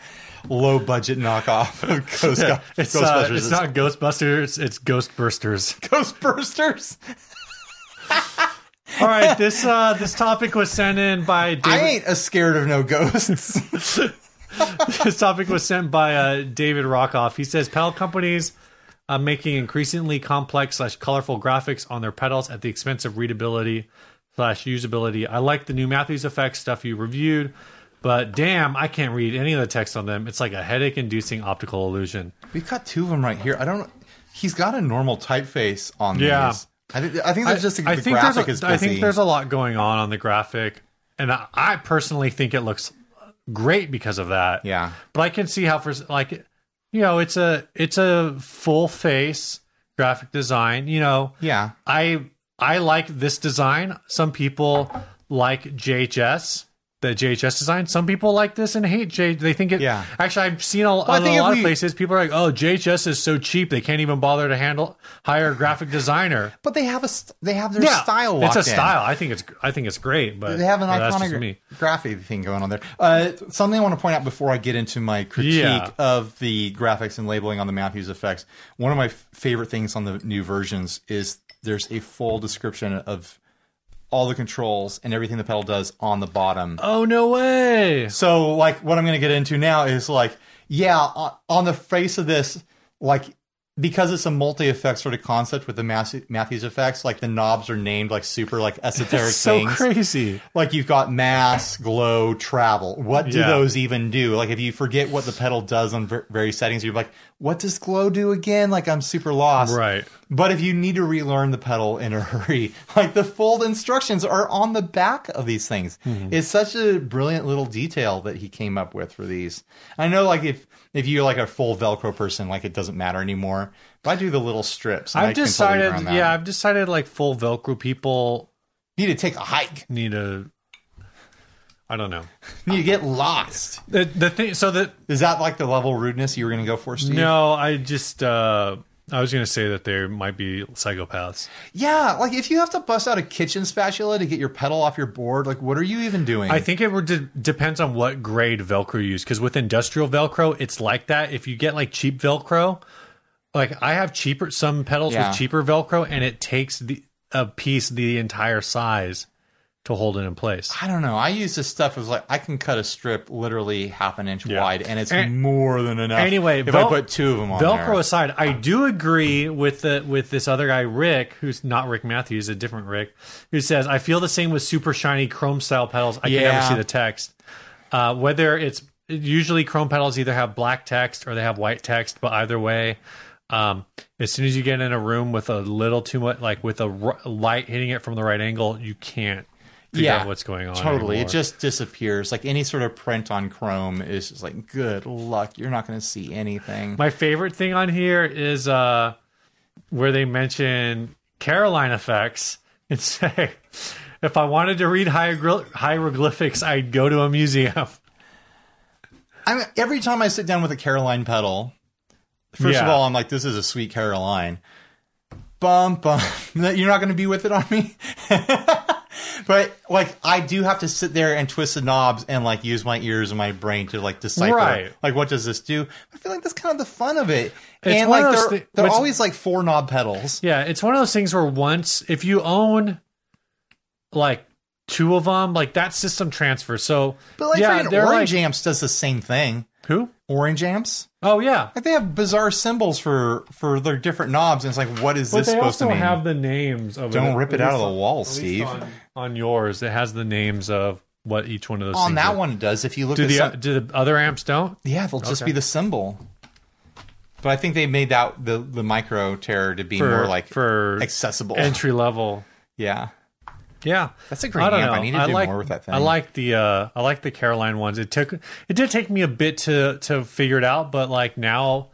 A: low budget knockoff of Ghost
B: It's,
A: Ghostbusters.
B: uh, it's not Ghostbusters, it's Ghostbursters.
A: Ghostbusters.
B: All right, this uh, this topic was sent in by
A: I
B: David.
A: ain't a scared of no ghosts.
B: this topic was sent by uh, David Rockoff. He says pedal companies are making increasingly complex slash colorful graphics on their pedals at the expense of readability slash usability. I like the new Matthews effects stuff you reviewed, but damn, I can't read any of the text on them. It's like a headache inducing optical illusion.
A: We've got two of them right here. I don't. He's got a normal typeface on
B: Yeah.
A: these. I, th- I think there's just a,
B: I
A: the
B: think
A: graphic
B: there's
A: is
B: a,
A: busy.
B: I think there's a lot going on on the graphic, and I, I personally think it looks great because of that.
A: yeah.
B: but I can see how for like you know it's a it's a full face graphic design. You know,
A: Yeah.
B: I I like this design. Some people like JHS. The JHS design. Some people like this and hate J. They think it.
A: Yeah.
B: Actually, I've seen a,
A: I
B: in
A: think
B: a
A: if
B: lot
A: we-
B: of places. People are like, "Oh, JHS is so cheap. They can't even bother to handle hire a graphic designer."
A: But they have a st- they have their
B: Yeah,
A: style.
B: It's
A: locked
B: a
A: in.
B: style. I think it's. I think it's great. But
A: They have an
B: but that's just
A: iconic
B: me.
A: graphic thing going on there. Uh, something I want to point out before I get into my critique
B: Yeah.
A: of the graphics and labeling on the Matthews effects. One of my f- favorite things on the new versions is there's a full description of all the controls and everything the pedal does on the bottom.
B: Oh no way!
A: So, like, what I'm going to get into now is like, yeah, o- on the face of this, like, because it's a multi-effect sort of concept with the Mas- Matthews effects, like the knobs are named like super like esoteric
B: so
A: things.
B: crazy.
A: Like you've got mass, glow, travel. What do
B: Yeah.
A: those even do? Like if you forget what the pedal does on ver- various settings, you're like, what does glow do again? Like I'm super lost.
B: Right.
A: But if you need to relearn the pedal in a hurry, like the full instructions are on the back of these things.
B: Mm-hmm.
A: It's such a brilliant little detail that he came up with for these. I know, like if if you're like a full Velcro person, like it doesn't matter anymore. But I do the little strips. and I
B: I've
A: can totally get
B: decided,
A: around that.
B: yeah, I've decided like full Velcro people
A: need to take a hike.
B: need to, I don't know.
A: Need to get lost.
B: The, the thing, so that,
A: Is that like the level of rudeness you were going to go for, Steve?
B: no, I just, uh, I was going to say that there might be psychopaths.
A: Yeah, like if you have to bust out a kitchen spatula to get your pedal off your board, like what are you even doing?
B: I think it would de- depends on what grade Velcro you use. Because with industrial Velcro, it's like that. If you get like cheap Velcro, like I have cheaper some pedals
A: Yeah.
B: with cheaper Velcro, and it takes the a piece the entire size to hold it in place.
A: I don't know. I use this stuff as like I can cut a strip literally half an inch
B: Yeah.
A: wide, and it's
B: And-
A: more than enough.
B: Anyway,
A: if I
B: Vel-
A: put two of them on
B: Velcro
A: there.
B: aside, I do agree with the with this other guy, Rick, who's not Rick Matthews, a different Rick, who says, "I feel the same with super shiny chrome style pedals. I can never
A: Yeah.
B: see the text. Uh, whether it's usually chrome pedals either have black text or they have white text, but either way." Um, as soon as you get in a room with a little too much, like with a r- light hitting it from the right angle, you can't figure
A: Yeah,
B: out what's going on.
A: totally,
B: anymore.
A: it just disappears. Like any sort of print on Chrome is just like good luck. You're not going to see anything.
B: My favorite thing on here is uh where they mention Caroline effects and say, if I wanted to read hieroglyph- hieroglyphics, I'd go to a museum.
A: I mean, every time I sit down with a Caroline pedal, first of
B: Yeah.
A: all, I'm like, this is a sweet Caroline. Bum bum. You're not going to be with it on me. but like, I do have to sit there and twist the knobs and like use my ears and my brain to like decipher
B: Right.
A: like what does this do. I feel like that's kind of the fun of it.
B: It's
A: and
B: one
A: like
B: of those
A: they're,
B: thi-
A: they're
B: what's-
A: always like four knob pedals.
B: Yeah, it's one of those things where once, if you own like two of them, like that system transfers. So,
A: But like,
B: yeah,
A: freaking
B: they're
A: Orange
B: like,
A: Amps does the same thing.
B: who?
A: Orange Amps.
B: Oh, yeah.
A: Like they have bizarre symbols for for their different knobs, and it's like, what is
B: But
A: this
B: they
A: supposed to
B: also
A: mean?
B: have the names of
A: Don't
B: it,
A: rip it
B: at
A: out of
B: least
A: the wall,
B: on- at least
A: Steve.
B: On, on yours, it has the names of what each one of those
A: on
B: things
A: that
B: are.
A: one it does. If you look
B: Do
A: at
B: the
A: some,
B: do the other amps don't?
A: yeah, it'll just
B: okay.
A: be the symbol. But I think they made that the the micro terror to be
B: for
A: more like
B: for
A: accessible.
B: entry level.
A: yeah,
B: Yeah,
A: that's a great amp. I need to do
B: like,
A: more with that thing.
B: I like the uh, I like the Caroline ones. It took it did take me a bit to to figure it out, but like now,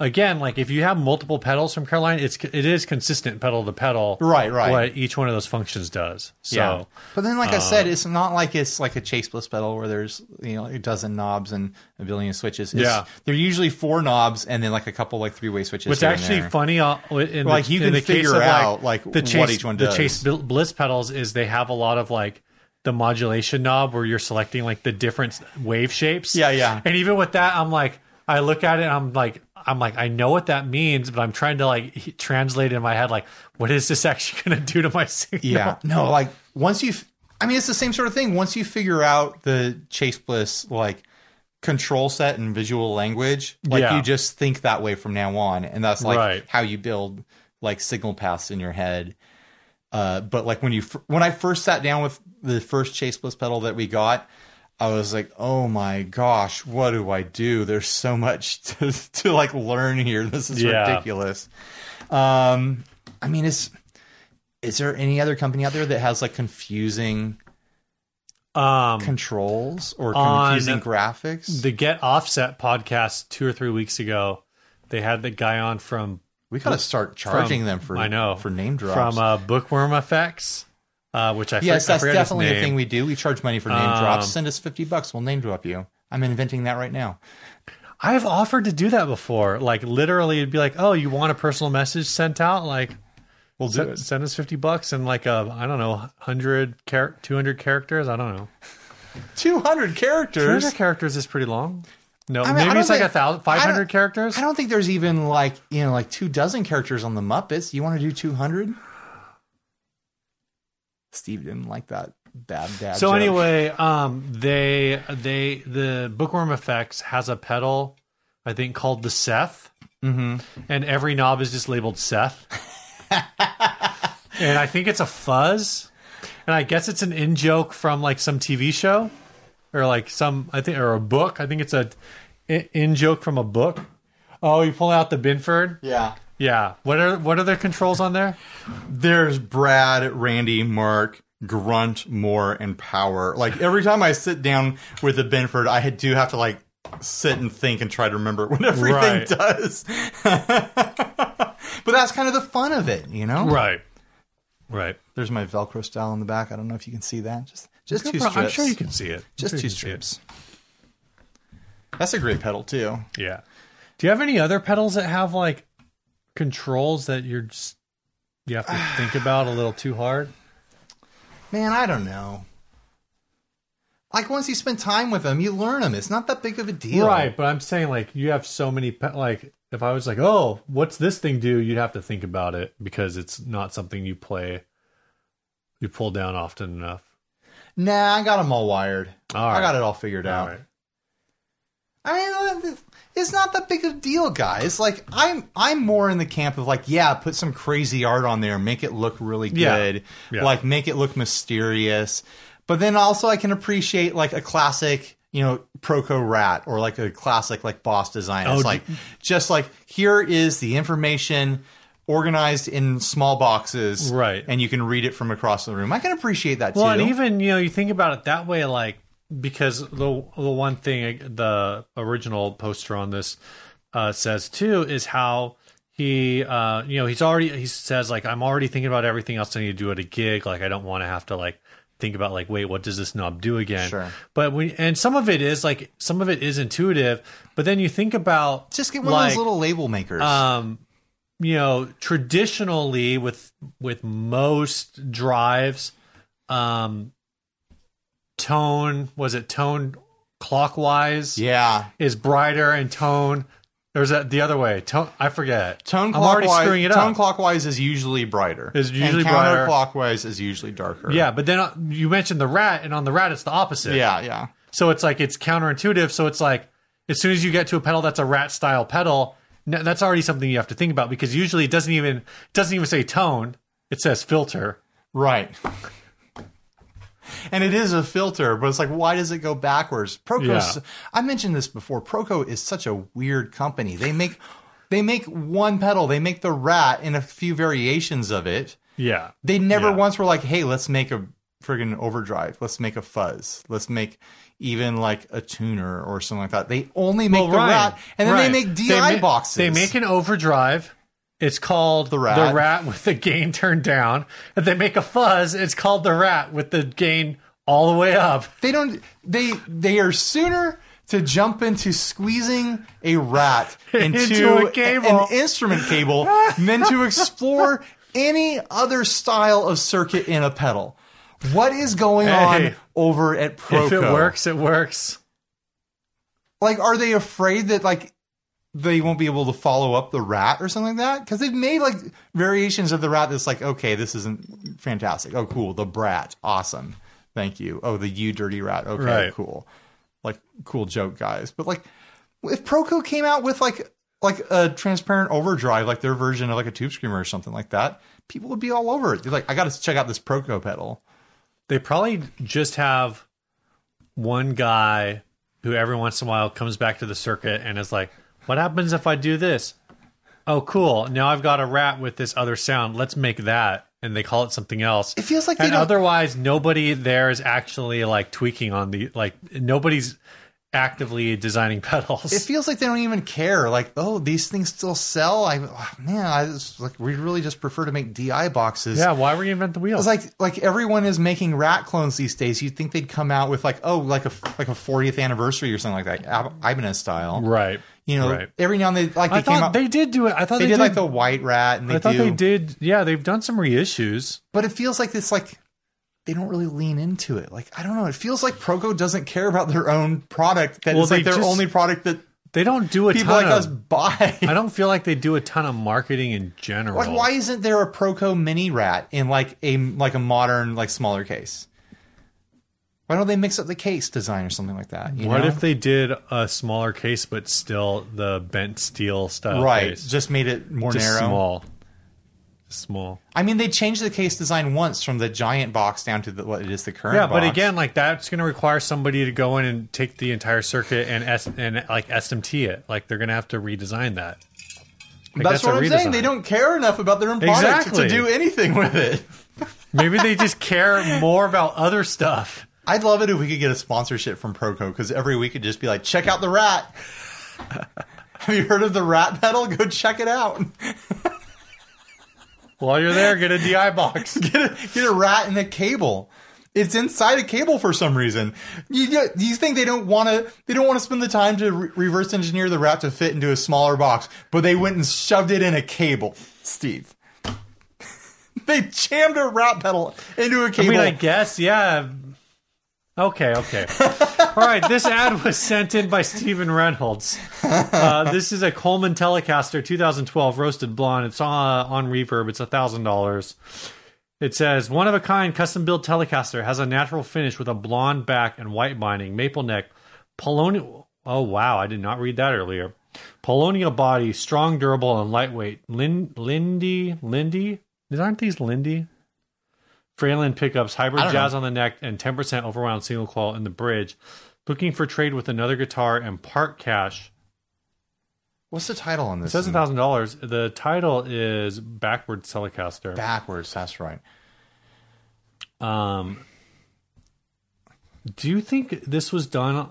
B: again, like if you have multiple pedals from Caroline, it's it is consistent pedal to pedal.
A: Right, right.
B: What each one of those functions does. So
A: Yeah. But then, like I
B: Um,
A: said, it's not like it's like a chaseless pedal where there's you know a dozen knobs and a billion switches. It's,
B: Yeah.
A: they're usually four knobs and then like a couple like three way switches.
B: What's
A: here and
B: actually
A: there.
B: funny, uh, in
A: Like,
B: the,
A: you
B: in
A: can
B: the case
A: figure
B: of,
A: out, like,
B: the
A: what
B: chase,
A: each one
B: The
A: does.
B: chase Bl- bliss pedals is they have a lot of like the modulation knob where you're selecting like the different wave shapes.
A: Yeah, yeah.
B: And even with that, I'm like, I look at it, and I'm like, I'm like, I know what that means, but I'm trying to like he- translate it in my head, like, what is this actually going to do to my signal?
A: Yeah. No, like once you, I mean, it's the same sort of thing. Once you figure out the Chase Bliss like control set and visual language, like
B: Yeah.
A: you just think that way from now on, and that's like
B: Right.
A: how you build like signal paths in your head. Uh, but like when you fir- when I first sat down with the first Chase Bliss pedal that we got, I was like, "Oh my gosh, what do I do? There's so much to, to like learn here. This is
B: Yeah.
A: ridiculous." Um, I mean, it's is there any other company out there that has like confusing
B: Um,
A: controls or
B: On
A: confusing graphics?
B: the Get Offset podcast two or three weeks ago, they had the guy on from
A: we gotta start charging
B: from-
A: them for
B: I know
A: for name drops.
B: from uh, Bookworm Effects, uh, which I
A: yes,
B: for- I
A: that's
B: forget his
A: definitely a
B: name.
A: thing we do. We charge money for name drops.
B: Um,
A: Send us fifty bucks, we'll name drop you. I'm inventing that right now.
B: I've offered to do that before. Like literally, it'd be like, "Oh, you want a personal message sent out? Like,
A: We'll
B: send, send us fifty bucks and like a I don't know, hundred char- two hundred characters. I don't know.
A: Two hundred
B: Two
A: characters.
B: hundred characters is pretty long. No,
A: mean, I
B: maybe
A: don't
B: it's like
A: think-
B: a thousand five hundred characters.
A: I don't think there's even like you know like two dozen characters on the Muppets. You want to do two hundred? Steve didn't like that bad dad.
B: So
A: joke.
B: anyway, um, they they the Bookworm Effects has a pedal, I think called the Seth,
A: Mm-hmm.
B: and every knob is just labeled Seth. and I think it's a fuzz, and I guess it's an in joke from like some TV show, or like some I think or a book. I think it's a in joke from a book. Oh, you pull out the Binford.
A: Yeah.
B: Yeah. What are what are their controls on there?
A: There's Brad, Randy, Mark, Grunt, Moore, and Power. Like every time I sit down with a Benford, I do have to like sit and think and try to remember what everything
B: Right.
A: does. but that's kind of the fun of it, you know?
B: Right. Right.
A: There's my Velcro style in the back. I don't know if you can see that. Just just two strips.
B: I'm sure you can see it.
A: Just
B: I'm sure
A: two
B: you can see
A: strips.
B: it.
A: That's a great pedal too.
B: Yeah. Do you have any other pedals that have like controls that you're just you have to think about a little too hard?
A: Man, I don't know. Like once you spend time with them, you learn them. It's not that big of a deal,
B: Right, but I'm saying like you have so many pe- like if I was like, "Oh, what's this thing do?" you'd have to think about it because it's not something you play you pull down often enough.
A: Nah, I got them all wired.
B: All
A: I
B: right.
A: got it all figured out. I mean, it's not that big of a deal, guys. Like I'm, I'm more in the camp of like, yeah, put some crazy art on there, make it look really
B: Yeah.
A: good,
B: Yeah.
A: like make it look mysterious. But then also, I can appreciate like a classic, you know, Proco Rat or like a classic like Boss Design.
B: Oh,
A: it's
B: d-
A: like just like here is the information organized in small boxes,
B: Right.
A: And you can read it from across the room. I can appreciate that
B: Well,
A: too.
B: and even you know, you think about it that way, like because the the one thing uh, the original poster on this uh, says too is how he, uh, you know, he's already he says like I'm already thinking about everything else I need to do at a gig. Like I don't want to have to like think about like wait what does this knob do again
A: Sure.
B: but when and some of it is like some of it is intuitive but then you think about
A: just get one of
B: like,
A: those little label makers.
B: um you know traditionally with with most drives um tone was it tone clockwise
A: yeah,
B: is brighter and tone there's that the other way tone i forget
A: Tone
B: i'm already
A: clockwise,
B: screwing it
A: tone
B: up
A: clockwise is usually brighter.
B: Is
A: and
B: usually brighter.
A: Counterclockwise is usually darker.
B: yeah but then uh, you mentioned the rat and on the rat it's the opposite
A: yeah, yeah.
B: so it's like it's counterintuitive so it's like as soon as you get to a pedal that's a rat style pedal n- that's already something you have to think about because usually it doesn't even it doesn't even say tone it says filter
A: Right. And it is a filter, but it's like, why does it go backwards? Proco's
B: Yeah.
A: I mentioned this before. Proco is such a weird company. They make they make one pedal. They make the rat and a few variations of it.
B: Yeah.
A: They never
B: Yeah.
A: once were like, hey, let's make a friggin' overdrive. Let's make a fuzz. Let's make even like a tuner or something like that. They only make the
B: Ryan,
A: rat and then
B: Ryan,
A: they make DI
B: ma-
A: boxes.
B: Oh, They make an overdrive. It's called the
A: Rat.
B: with the gain turned down. And they make a fuzz. It's called the rat with the gain all the way up.
A: They don't. They they are sooner to jump into squeezing a rat into,
B: Into a
A: an
B: cable.
A: instrument cable than to explore any other style of circuit in a pedal. What is going on
B: Hey.
A: over at Proco?
B: If it works, it works.
A: Like, are they afraid that like they won't be able to follow up the rat or something like that? Because they've made like variations of the rat that's like, okay, this isn't fantastic. Oh, cool, the brat, awesome, thank you. Oh, the you dirty rat, okay,
B: Right.
A: cool, like cool joke, guys. But like, if Proco came out with like like a transparent overdrive, like their version of like a tube screamer or something like that, people would be all over it. They're like, I got to check out this Proco pedal.
B: They probably just have one guy who every once in a while comes back to the circuit and is like, what happens if I do this? Oh, cool. Now I've got a rat with this other sound. Let's make that. And they call it something else.
A: It feels like they
B: and
A: don't
B: otherwise nobody there is actually like tweaking on the like nobody's actively designing pedals
A: it feels like they don't even care. Like, oh, these things still sell. I oh, man, I was like we really just prefer to make DI boxes.
B: yeah why reinvent the wheel
A: It's like like everyone is making rat clones these days. You'd think they'd come out with like oh like a like a 40th anniversary or something like that, Ab- Ibanez style.
B: right
A: You know,
B: right
A: every now and then like they came
B: i thought
A: out.
B: they did do it i thought
A: they
B: they,
A: did, like the white rat and they
B: i thought
A: do,
B: they did yeah they've done some reissues
A: but it feels like it's like they don't really lean into it. Like I don't know, it feels like Proco doesn't care about their own product. That
B: Well,
A: is like
B: they
A: their
B: just-
A: only product that
B: they don't do a
A: people
B: ton
A: like
B: of
A: us buy.
B: i don't feel like they do a ton of marketing in general
A: Like, why isn't there a Proco mini rat in like a like a modern like smaller case? Why don't they mix up the case design or something like that? you
B: What
A: know?
B: if they did a smaller case, but still the bent steel style
A: right?
B: case?
A: Just made it more
B: Just
A: narrow.
B: small, Just small.
A: I mean, they changed the case design once from the giant box down to the, what it is the current.
B: Yeah, but
A: box.
B: again, like that's going to require somebody to go in and take the entire circuit and S- and like SMT it. Like they're going to have to redesign that. Like,
A: that's,
B: a
A: what I'm saying.
B: redesign.
A: They don't care enough about their own product
B: Exactly.
A: to do anything with it.
B: Maybe they just care more about other stuff.
A: I'd love it if we could get a sponsorship from Proco because every week it'd just be like, check out the rat. Have you heard of the rat pedal? Go check it out.
B: While you're there, get a DI box.
A: Get a, get a rat in a cable. It's inside a cable for some reason. You get- you think they don't want to? They don't want to spend the time to re- reverse engineer the rat to fit into a smaller box, but they went and shoved it in a cable, Steve. they jammed a rat pedal into a
B: I
A: cable.
B: mean, I guess, yeah. Okay, okay. All right, this ad was sent in by Steven Reynolds. Uh, this is a Coleman Telecaster 2012 roasted blonde. It's on, on Reverb. It's $1,000. It says, one of a kind custom built Telecaster has a natural finish with a blonde back and white binding, maple neck, polonium. Oh, wow. I did not read that earlier. Polonia body, strong, durable, and lightweight. Lin- Lindy, Lindy? Aren't these Lindy? Fralin pickups, hybrid jazz on the neck, and 10% overwound single coil in the bridge. Looking for trade with another guitar and part cash.
A: What's the title on this?
B: It says $1,000. The title is Backwards Telecaster.
A: backwards. That's right.
B: Um, do you think this was done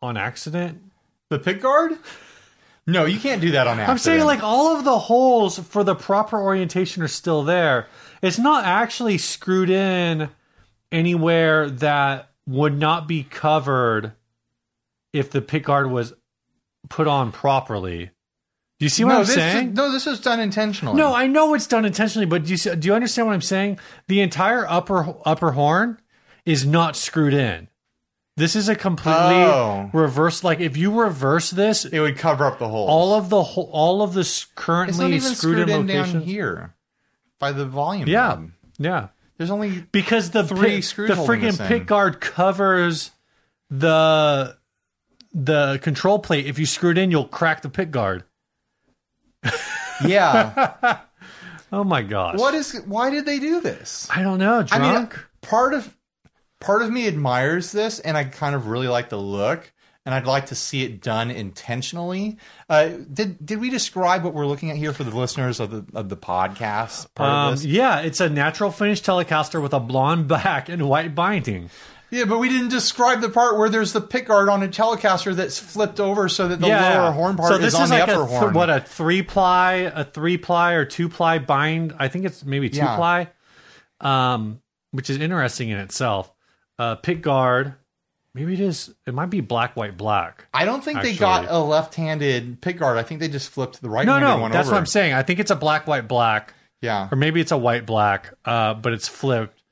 B: on accident?
A: The pick guard? No, you can't do that on accident.
B: I'm saying like all of the holes for the proper orientation are still there. It's not actually screwed in anywhere that would not be covered if the pick guard was put on properly. Do you see what
A: no,
B: I'm
A: this
B: saying?
A: Is, no, this is done intentionally.
B: No, I know it's done intentionally, but do you see- do you understand what I'm saying? The entire upper upper horn is not screwed in. This is a completely
A: Oh.
B: reverse. Like if you reverse this,
A: it would cover up the hole.
B: all of the whole, all of the s- currently
A: it's not even
B: screwed,
A: screwed,
B: in,
A: in down
B: locations-
A: here by the volume.
B: Yeah,
A: knob.
B: yeah.
A: there's only
B: Because the
A: Three
B: pick-
A: screws
B: the
A: holding this
B: freaking
A: thing.
B: pick guard covers the the control plate. If you screw it in, you'll crack the pick guard.
A: yeah.
B: Oh my gosh!
A: what is? Why did they do this?
B: I don't know. Drunk.
A: I mean, part of part of me admires this, and I kind of really like the look, and I'd like to see it done intentionally. Uh, did did we describe what we're looking at here for the listeners of the of the podcast part
B: Um,
A: of this?
B: yeah, it's a natural finish Telecaster with a blonde back and white binding.
A: Yeah, but we didn't describe the part where there's the pickguard on a Telecaster that's flipped over so that the
B: yeah,
A: lower horn part
B: so this
A: is on the
B: like
A: upper
B: a th-
A: horn.
B: What a three ply, a three ply or two ply bind. I think it's maybe two
A: Yeah.
B: ply, um, which is interesting in itself. Uh, pick guard, maybe it is. It might be black, white, black.
A: I don't think they
B: Actually.
A: got a left-handed pickguard. I think they just flipped the right
B: No,
A: handed
B: no,
A: one
B: that's
A: over.
B: what I'm saying. I think it's a black, white, black.
A: Yeah,
B: or maybe it's a white black, uh, but it's flipped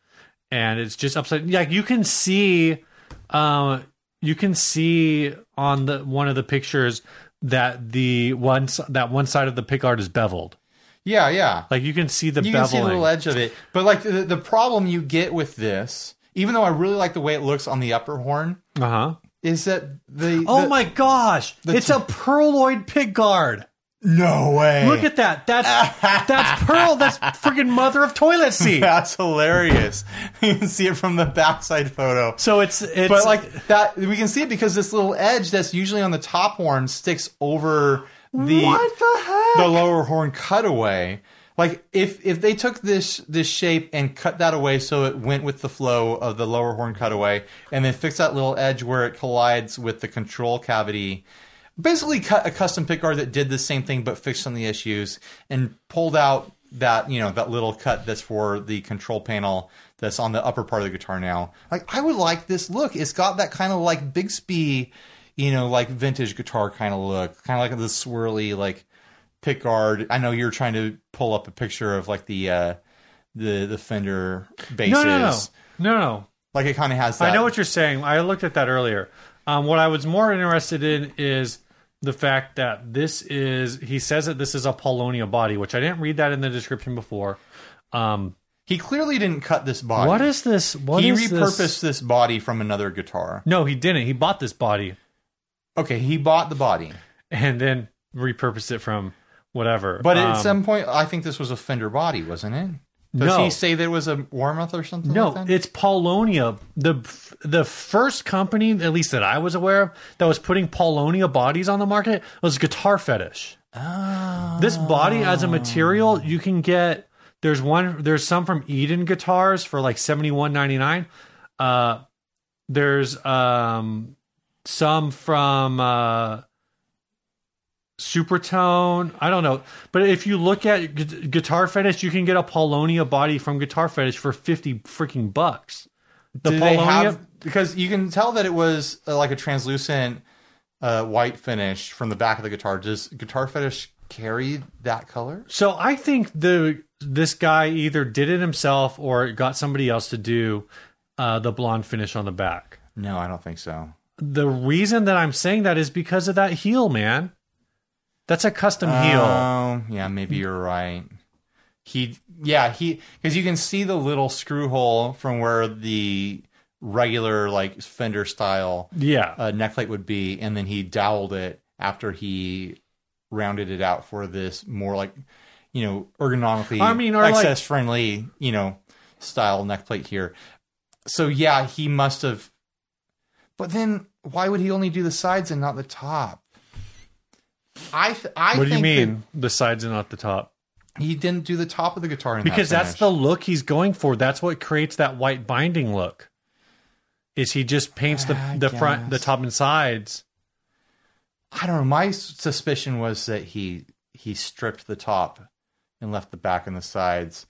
B: and it's just upside. Like you can see, um, you can see on the one of the pictures that the one s- that one side of the pick art is beveled.
A: yeah, yeah.
B: Like you can see the
A: you can
B: beveling.
A: see the little edge of it. But like the, the problem you get with this, even though I really like the way it looks on the upper horn,
B: uh huh.
A: is that the
B: Oh
A: the-
B: my gosh! It's a perloid pick guard.
A: no way
B: Look at that. That's that's pearl. That's freaking mother of toilet seat.
A: that's hilarious. you can see it from the backside photo.
B: So it's it's
A: but like that we can see it because this little edge that's usually on the top horn sticks over the
B: what the heck?
A: the lower horn cutaway. Like if if they took this this shape and cut that away so it went with the flow of the lower horn cutaway, and then fix that little edge where it collides with the control cavity, basically cut a custom pick guard that did the same thing but fixed some of the issues and pulled out that you know that little cut that's for the control panel that's on the upper part of the guitar now. Like I would like this look. It's got that kind of like Bixby, you know, like vintage guitar kind of look, kind of like the swirly like pickguard. I know you're trying to pull up a picture of like the uh the the Fender bases.
B: no, no, no, no, no.
A: Like it kind of has that.
B: I know what you're saying. I looked at that earlier. Um, what I was more interested in is the fact that this is, he says that this is a Polonia body, which I didn't read that in the description before. Um,
A: He clearly didn't cut this body.
B: What is this? What
A: he
B: is
A: repurposed
B: This?
A: this body from another guitar.
B: No, he didn't. He bought this body
A: Okay, he bought the body,
B: and then repurposed it from whatever.
A: but at
B: Um,
A: some point, I think this was a Fender body, wasn't it? Does
B: No.
A: he say that it was a Warmoth or something?
B: No,
A: like that?
B: it's Paulonia, the the first company, at least that I was aware of, that was putting Paulonia bodies on the market was Guitar Fetish.
A: Ah.
B: This body as a material, you can get. There's one. There's some from Eden Guitars for like seventy one ninety nine. Uh, there's um some from uh, Supertone. I don't know, but if you look at Gu- Guitar Fetish, you can get a Paulonia body from Guitar Fetish for fifty freaking bucks. The
A: Do they
B: Paulonia.
A: have because you can tell that it was uh, like a translucent uh, white finish from the back of the guitar. Does Guitar Fetish carry that color?
B: So I think the this guy either did it himself or got somebody else to do uh, the blonde finish on the back.
A: No, I don't think so.
B: The reason that I'm saying that is because of that heel, man. That's a custom heel.
A: Oh, yeah, maybe you're right. He, yeah, he, because you can see the little screw hole from where the regular like Fender style
B: Yeah.
A: uh, neckplate would be, and then he doweled it after he rounded it out for this more like, you know, ergonomically
B: I mean, or like-
A: access friendly, you know, style neckplate here. So yeah, he must have. But then, why would he only do the sides and not the top? I th- I
B: what do you
A: think that-
B: mean the sides and not the top?
A: he didn't do the top of the guitar in
B: Because
A: that
B: that's the look he's going for. That's what creates that white binding look. Is he just paints the
A: I
B: the front, the
A: guess.
B: top and sides?
A: finish. I don't know. My s- suspicion was that he he stripped the top and left the back and the sides.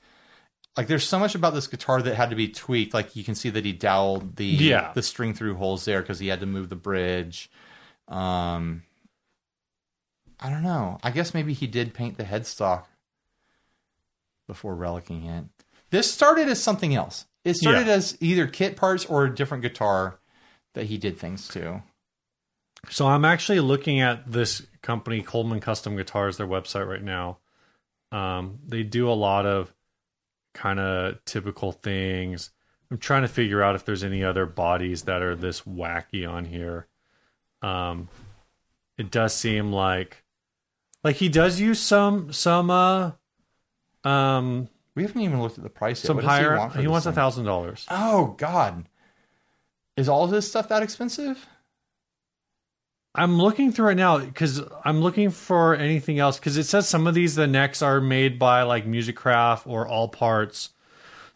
A: Like there's so much about this guitar that had to be tweaked. Like you can see that he doweled the
B: Yeah.
A: the string through holes there because he had to move the bridge. Um, I don't know. I guess maybe he did paint the headstock before relicing it. This started as something else. It started as either kit parts or a different guitar that he did things to.
B: So I'm actually looking at this company, Coleman Custom Guitars, their website right now. Um, they do a lot of kind of typical things. I'm trying to figure out if there's any other bodies that are this wacky on here. Um, it does seem like like he does use some some uh um
A: We haven't even looked at the price yet.
B: some
A: What does
B: higher
A: He, want for
B: he
A: this
B: wants a
A: thing?
B: thousand dollars.
A: Oh God! Is all of this stuff that expensive?
B: I'm looking through right now because I'm looking for anything else because it says some of these the necks are made by like Music Craft or All Parts,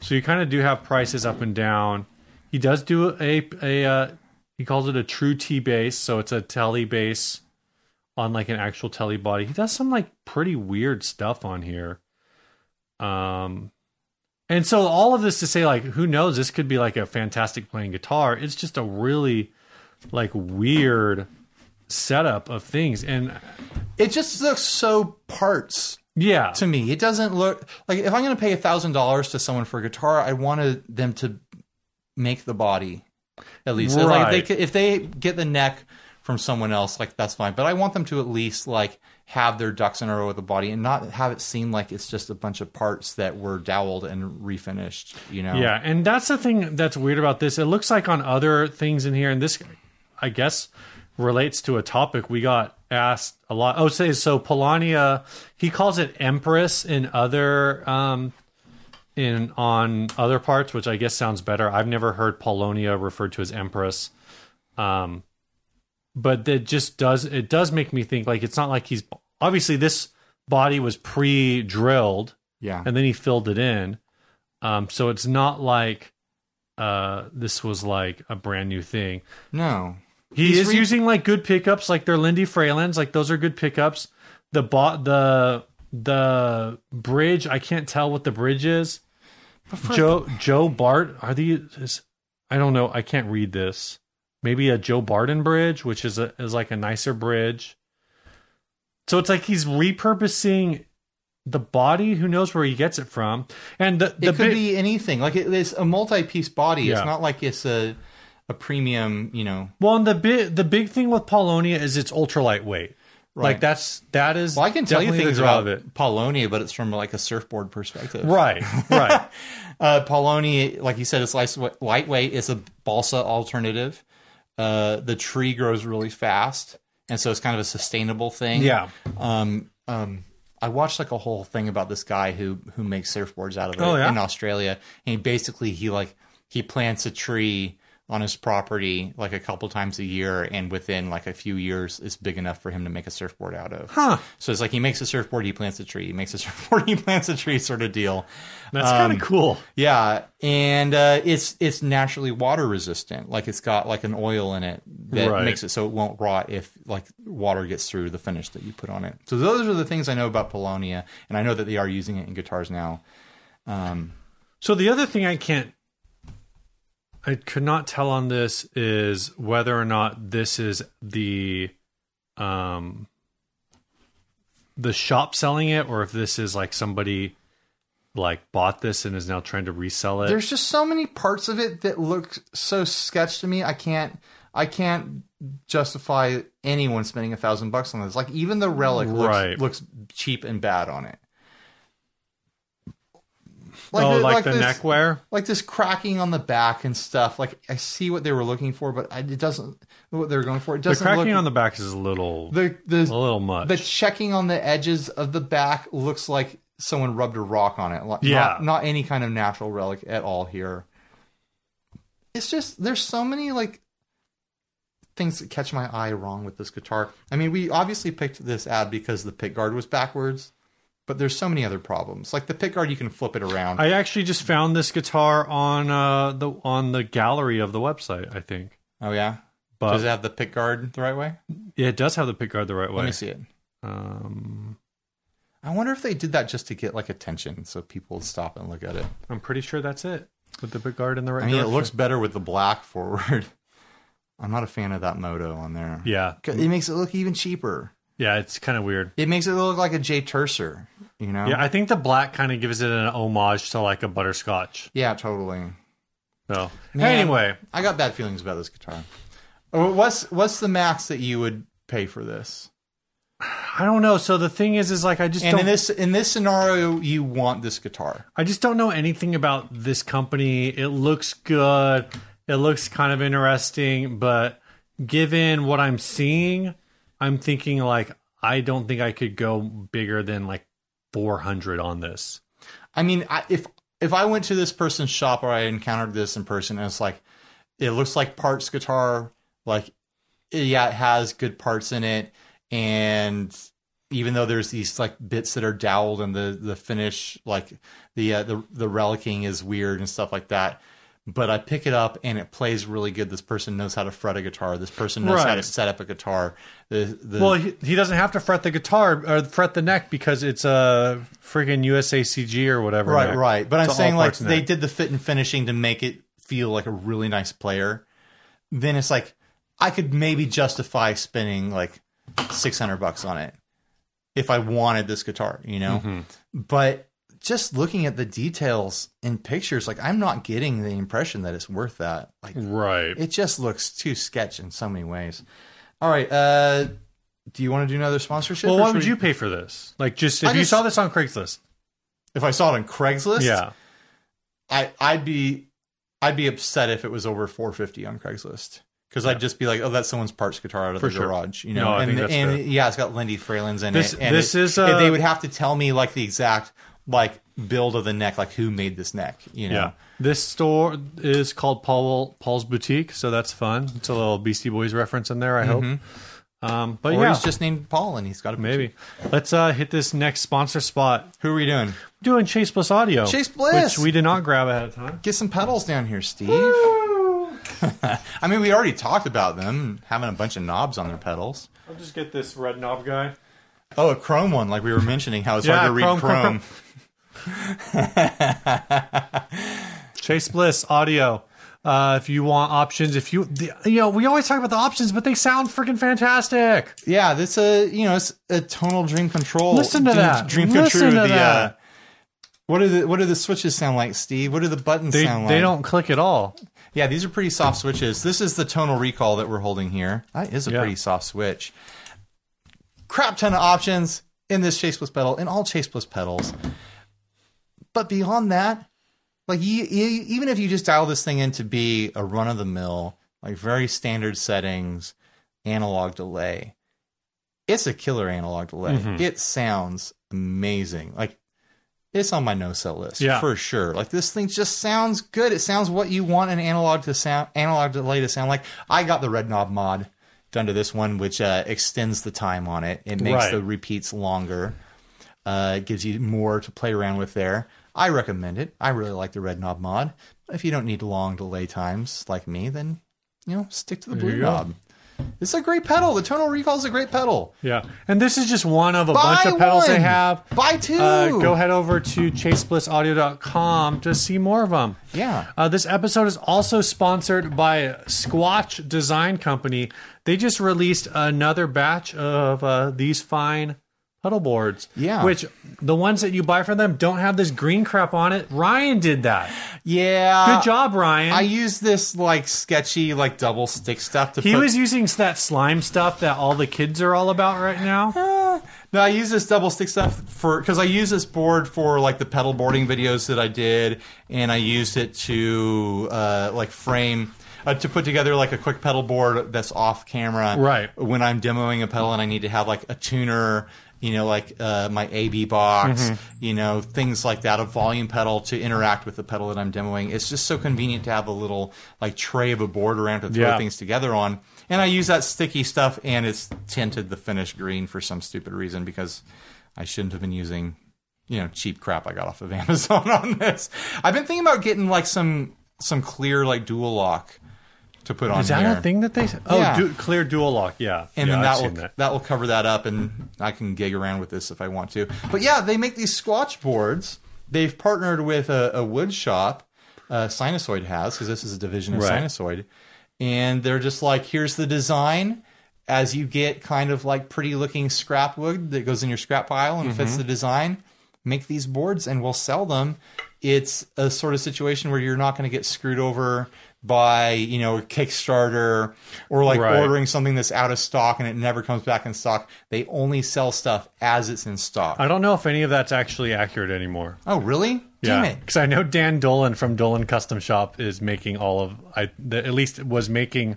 B: so you kind of do have prices up and down. He does do a a uh, he calls it a true T bass, so it's a telly bass on like an actual telly body. He does some like pretty weird stuff on here. Um, and so all of this to say like who knows this could be like a fantastic playing guitar. It's just a really like weird setup of things and
A: It just looks so parts
B: yeah
A: to me. It doesn't look like if I'm going to pay thousand dollars to someone for a guitar, I wanted them to make the body at least. Like, if they
B: Right.
A: could- if they get the neck from someone else, like that's fine. But I want them to at least like have their ducks in a row with the body and not have it seem like it's just a bunch of parts that were doweled and refinished. You know?
B: yeah and that's the thing that's weird about this it looks like on other things in here and this i guess relates to a topic we got asked a lot oh say so polania he calls it empress in other um in on other parts which i guess sounds better i've never heard polonia referred to as empress um but that just does it does make me think like it's not like he's obviously this body was pre-drilled
A: Yeah.
B: and then he filled it in. Um, so it's not like uh, this was like a brand new thing.
A: No.
B: He
A: He's
B: is
A: re-
B: using like good pickups, like they're Lindy Fralins, like those are good pickups. The bot, the the bridge, I can't tell what the bridge is. Joe Joe Bart, are these? Is, I don't know. I can't read this. Maybe a Joe Barton bridge, which is a is like a nicer bridge. So it's like he's repurposing the body. Who knows where he gets it from? And the, the
A: it could
B: big-
A: be anything. Like it, it's a multi-piece body.
B: Yeah.
A: It's not like it's a a premium. You know,
B: well, and the big the big thing with Paulonia is it's ultra lightweight. Like that's that is
A: Well, I can tell you
B: definitely the
A: things
B: draw
A: about Polonia, but it's from like a surfboard perspective.
B: Right, right.
A: Uh, Paulownia, like you said, it's light- lightweight. It's a balsa alternative. Uh, the tree grows really fast, and so it's kind of a sustainable thing.
B: yeah.
A: Um, um, I watched like a whole thing about this guy who who makes surfboards out of it
B: Oh, yeah?
A: in Australia, and he basically he like he plants a tree on his property like a couple times a year, and within like a few years, it's big enough for him to make a surfboard out of.
B: Huh.
A: So it's like he makes a surfboard, he plants a tree, he makes a surfboard, he plants a tree, sort of deal.
B: That's
A: Um,
B: kind of cool.
A: Yeah, and uh, it's it's naturally water resistant. Like it's got like an oil in it that
B: Right.
A: makes it so it won't rot if like water gets through the finish that you put on it. So those are the things I know about Polonia, and I know that they are using it in guitars now.
B: So the other thing I can't I could not tell on this is whether or not this is the um the shop selling it or if this is like somebody like bought this and is now trying to resell it.
A: There's just so many parts of it that look so sketch to me. I can't I can't justify anyone spending a thousand bucks on this. Like even the relic looks,
B: Right.
A: looks cheap and bad on it.
B: oh,
A: the-
B: like, the
A: this-
B: neckwear?
A: like this cracking on the back and stuff. Like I see what they were looking for, but I, it doesn't what they were going for. It
B: The
A: doesn't
B: cracking
A: look
B: on the back is a little
A: the
B: a
A: the
B: little much.
A: the checking on the edges of the back looks like someone rubbed a rock on it. Like,
B: Yeah.
A: not, not any kind of natural relic at all here. It's just there's so many like things that catch my eye wrong with this guitar. I mean, we obviously picked this ad because the pick guard was backwards, but there's so many other problems. Like the pick guard, you can flip it around.
B: I actually just found this guitar on uh the on the gallery of the website, I think.
A: oh yeah,
B: But
A: does it have the pick guard the right way?
B: yeah, it does have the pick guard the right way.
A: Let me see it.
B: Um
A: I wonder if they did that just to get like attention, so people would stop and look at it.
B: I'm pretty sure that's it. With the big guard in the right
A: I mean, it
B: direction.
A: looks better with the black forward. I'm not a fan of that moto on there.
B: Yeah.
A: 'Cause it makes it look even cheaper.
B: Yeah, it's kind of weird.
A: It makes it look like a J Tercer, you know?
B: Yeah, I think the black kind of gives it an homage to like a butterscotch.
A: yeah, totally.
B: So
A: Man.
B: anyway,
A: I got bad feelings about this guitar. Oh, What's what's the max that you would pay for this?
B: I don't know. So the thing is, is like I just
A: And in
B: don't.
A: this in this scenario, you want this guitar.
B: I just don't know anything about this company. It looks good. It looks kind of interesting, but given what I'm seeing, I'm thinking like I don't think I could go bigger than like 400 on this.
A: I mean, I, if if I went to this person's shop or I encountered this in person, and it's like, it looks like parts guitar. Like, yeah, it has good parts in it, and even though there's these like bits that are doweled and the the finish, like the uh, the the relicking is weird and stuff like that. But I pick it up and it plays really good. This person knows how to fret a guitar. This person knows how to
B: Right.
A: set up a guitar. The, the
B: Well, he, he doesn't have to fret the guitar or fret the neck because it's a friggin' USACG or whatever.
A: Right,
B: neck.
A: right. But I'm
B: To all
A: saying like
B: parts in
A: they
B: there.
A: did the fit and finishing to make it feel like a really nice player. Then it's like I could maybe justify spending like 600 bucks on it if I wanted this guitar, you know.
B: Mm-hmm.
A: But just looking at the details in pictures, like I'm not getting the impression that it's worth that. Like
B: Right.
A: it just looks too sketch in so many ways. All right, uh do you want to do another sponsorship?
B: Well,
A: or
B: why
A: should
B: would
A: we-
B: you pay for this? Like, just if
A: I
B: you
A: just-
B: saw this on Craigslist,
A: If I saw it on Craigslist,
B: yeah,
A: I I'd be I'd be upset if it was over 450 on Craigslist because I'd just be like, oh, that's someone's parts guitar out of
B: For
A: the
B: sure.
A: garage, you know.
B: No, I
A: and
B: think that's
A: and
B: fair.
A: yeah, it's got Lindy Fralins in
B: This-
A: it. And
B: this
A: it-
B: is,
A: and
B: uh,
A: they would have to tell me like the exact like build of the neck, like who made this neck, you know.
B: yeah. This store is called Paul Paul's Boutique, so that's fun. It's a little Beastie Boys reference in there. I hope. Um, but
A: Or
B: yeah,
A: he's just named Paul and he's got a
B: maybe let's uh, hit this next sponsor spot.
A: Who are we doing?
B: We're doing Chase Bliss Audio,
A: Chase Bliss!
B: which we did not grab ahead of time.
A: Get some pedals down here, Steve. I mean, we already talked about them having a bunch of knobs on their pedals.
B: I'll just get this red knob guy.
A: Oh, a chrome one, like we were mentioning, how it's
B: Yeah,
A: hard to read
B: chrome,
A: chrome.
B: chrome, Chase Bliss Audio. Uh, if you want options, if you the, you know, we always talk about the options, but they sound freaking fantastic.
A: Yeah, that's a you know it's a tonal dream control.
B: Listen to
A: dream,
B: that.
A: dream come true.
B: Listen to
A: the, Uh,
B: that.
A: what are the what do the switches sound like, Steve? What do the buttons
B: They,
A: sound like?
B: they don't click at all.
A: Yeah, these are pretty soft switches. This is the tonal recall that we're holding here. That is a
B: Yeah.
A: pretty soft switch. crap ton of options in this chaseless pedal in all chaseless pedals. But beyond that, like you, you, even if you just dial this thing in to be a run of the mill, like very standard settings, analog delay, it's a killer analog delay.
B: Mhm.
A: It sounds amazing. Like it's on my no sell list
B: Yeah.
A: for sure. Like this thing just sounds good. It sounds what you want an analog to sound analog delay to sound like. I got the red knob mod done to this one, which uh, extends the time on it. It makes
B: Right.
A: the repeats longer. Uh, it gives you more to play around with there. I recommend it. I really like the red knob mod. But if you don't need long delay times like me, then you know stick to the blue
B: you go.
A: knob. It's a great pedal. The tonal recall is a great pedal.
B: Yeah. And this is just one of a bunch
A: Buy
B: of pedals they
A: one.
B: have.
A: Buy two.
B: Uh, go head over to chaseblissaudio.com to see more of them.
A: Yeah.
B: Uh, this episode is also sponsored by Squatch Design Company. They just released another batch of uh, these fine pedal boards.
A: Yeah.
B: Which the ones that you buy from them don't have this green crap on it. Ryan did that. Good
A: Yeah.
B: job, Ryan.
A: Uh, I used this like sketchy like double stick stuff to
B: he
A: put.
B: was using that slime stuff that all the kids are all about right now.
A: no, I use this double stick stuff for because I use this board for like the pedal boarding videos that I did, and I used it to uh, like frame. Uh, to put together like a quick pedal board that's off camera,
B: Right.
A: When I'm demoing a pedal and I need to have like a tuner, you know, like uh, my AB box,
B: Mm-hmm.
A: you know, things like that, a volume pedal to interact with the pedal that I'm demoing. It's just so convenient to have a little like tray of a board around to throw
B: Yeah.
A: things together on. And I use that sticky stuff, and it's tinted the finished green for some stupid reason because I shouldn't have been using, you know, cheap crap I got off of Amazon on this. I've been thinking about getting like some some clear like dual lock to put on
B: Is that
A: here
B: a thing that they? Oh,
A: Yeah.
B: du- clear dual lock. Yeah.
A: and
B: yeah,
A: then
B: I've
A: that will
B: seen
A: that. will cover that up, and I can gig around with this if I want to. But yeah, they make these squatch boards. They've partnered with a, a wood shop, uh, Sinusoid has, because this is a division of
B: Right.
A: Sinusoid, and they're just like, here's the design. As you get kind of like pretty looking scrap wood that goes in your scrap pile and
B: Mm-hmm.
A: fits the design, make these boards and we'll sell them. It's a sort of situation where you're not going to get screwed over by you know Kickstarter or like
B: Right.
A: ordering something that's out of stock and it never comes back in stock. They only sell stuff as it's in stock.
B: I don't know if any of that's actually accurate anymore.
A: oh, really? Damn
B: Yeah,
A: it.
B: because I know Dan Dolan from Dolan Custom Shop is making all of I th- at least was making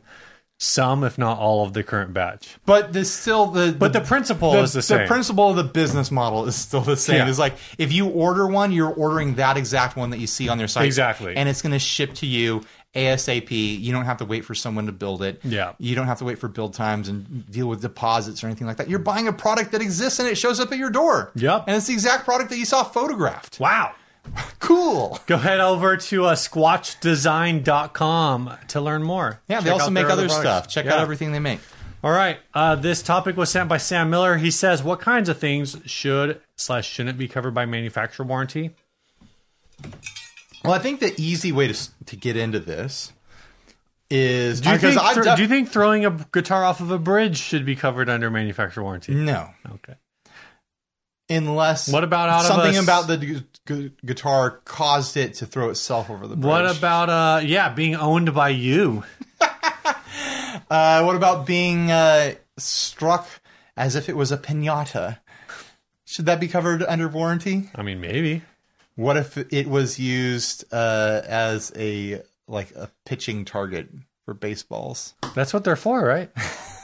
B: some, if not all, of the current batch.
A: But there's still the,
B: But the principle is the, same.
A: principle of the business model is still the same.
B: Yeah.
A: It's like if you order one, you're ordering that exact one that you see on their site.
B: Exactly.
A: And it's going to ship to you ASAP. You don't have to wait for someone to build it.
B: Yeah.
A: You don't have to wait for build times and deal with deposits or anything like that. You're buying a product that exists and it shows up at your door.
B: Yep.
A: And it's the exact product that you saw photographed.
B: wow.
A: Cool.
B: Go head over to uh, squatchdesign.com to learn more.
A: Yeah, they
B: Check
A: also
B: out
A: make
B: their
A: other,
B: products.
A: stuff. Check
B: Yeah.
A: out everything they make.
B: All right. Uh, this topic was sent by Sam Miller. He says, "What kinds of things should slash shouldn't be covered by manufacturer warranty?"
A: Well, I think the easy way to s- to get into this is
B: Do you,
A: because
B: think,
A: I've
B: thro-
A: def-
B: do you think throwing a guitar off of a bridge should be covered under manufacturer warranty?
A: no.
B: Okay.
A: unless
B: What about out of
A: something
B: us-
A: about the gu- gu- guitar caused it to throw itself over the bridge.
B: What about uh yeah, being owned by you?
A: uh, what about being uh, struck as if it was a pinata? Should that be covered under warranty?
B: I mean maybe.
A: What if it was used uh, as a like a pitching target for baseballs?
B: That's what they're for, right?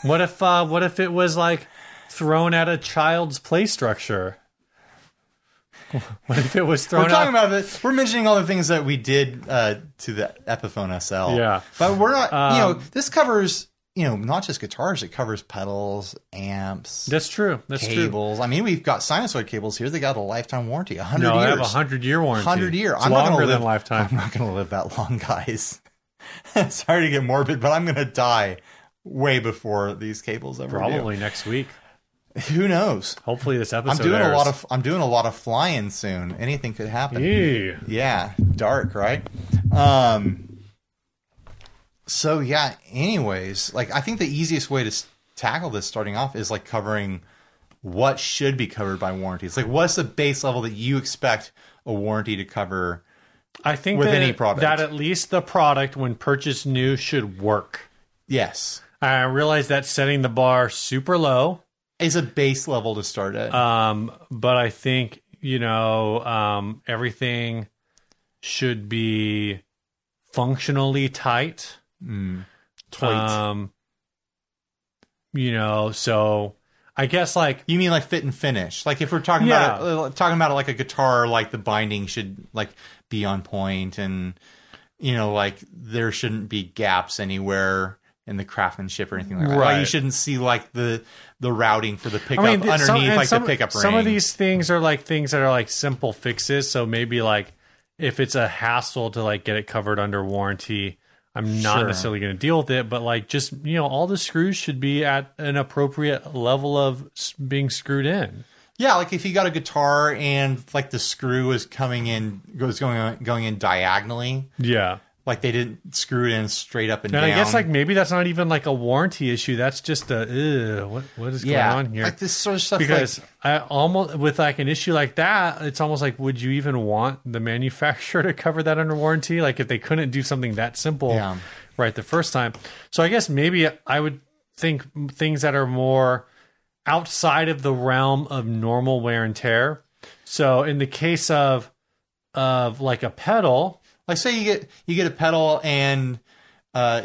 B: what if uh what if it was like thrown at a child's play structure? What if it was thrown
A: We're talking
B: at
A: about it. We're mentioning all the things that we did uh, to the Epiphone SL.
B: Yeah. Um,
A: but we're not. you know, this covers you know not just guitars. It covers pedals, amps,
B: That's true. That's true.
A: cables. I mean, we've got sinusoid cables here. They got a lifetime warranty, a hundred
B: No, I
A: years.
B: have a hundred year warranty.
A: 100 year.
B: It's
A: I'm not gonna
B: longer
A: live-
B: than lifetime.
A: I'm not going to live that long, guys. Sorry to get morbid, but I'm going to die way before these cables ever. do.
B: Probably next week.
A: Who knows?
B: Hopefully this episode.
A: I'm doing a
B: airs.
A: lot of I'm doing a lot of flying soon. Anything could happen.
B: Ew.
A: Yeah, dark, right? Um so yeah, anyways, like I think the easiest way to s- tackle this starting off is like covering what should be covered by warranties. Like what's the base level that you expect a warranty to cover?
B: I think
A: With
B: that,
A: any product.
B: that at least the product when purchased new should work.
A: Yes.
B: I realize that's setting the bar super low.
A: It's a base level to start at.
B: Um, but I think you know um, everything should be functionally tight.
A: Mm. Tight.
B: Um, you know, so I guess like
A: you mean like fit and finish? Like if we're talking
B: Yeah.
A: about it, uh, talking about it like a guitar, like the binding should like be on point, and you know, like there shouldn't be gaps anywhere in the craftsmanship or anything like that. Like you
B: Right.
A: shouldn't see like the the routing for the pickup
B: th-
A: underneath
B: some- and
A: like
B: some,
A: the pickup ring.
B: Some of these things are like things that are like simple fixes. So maybe like if it's a hassle to like get it covered under warranty, I'm not
A: Sure.
B: necessarily going to deal with it. But like just you know, all the screws should be at an appropriate level of s- being screwed in.
A: Yeah, like if you got a guitar and like the screw is coming in goes going on, going in diagonally,
B: Yeah.
A: like they didn't screw it in straight up and
B: And
A: down.
B: I guess like maybe that's not even like a warranty issue. That's just a "Ew, what what is
A: yeah,
B: going on here?
A: like this sort of stuff.
B: because I almost with like an issue like that, it's almost like would you even want the manufacturer to cover that under warranty? Like if they couldn't do something that simple
A: Yeah.
B: right the first time. So I guess maybe I would think things that are more outside of the realm of normal wear and tear. So in the case of of like a pedal,
A: like say you get you get a pedal and uh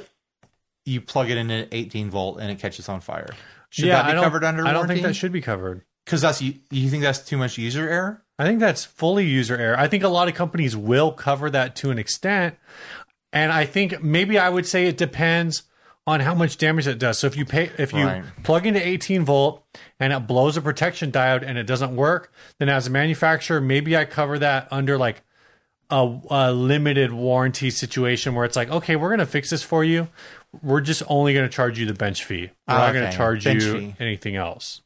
A: you plug it in at 18 volt and it catches on fire should
B: yeah, I
A: that be
B: don't-
A: covered under
B: I
A: warranty
B: don't think that should be covered.
A: because that's you, you think that's too much user error
B: I think that's fully user error. I think a lot of companies will cover that to an extent. And I think maybe I would say it depends on how much damage it does. So if you pay if you
A: Right.
B: plug into 18 volt and it blows a protection diode and it doesn't work, then as a manufacturer, maybe I cover that under like a, a limited warranty situation where it's like, okay, we're going to fix this for you. We're just only going to charge you the bench fee. We're
A: Ah,
B: not going
A: okay.
B: to charge
A: Bench
B: you
A: fee.
B: anything else.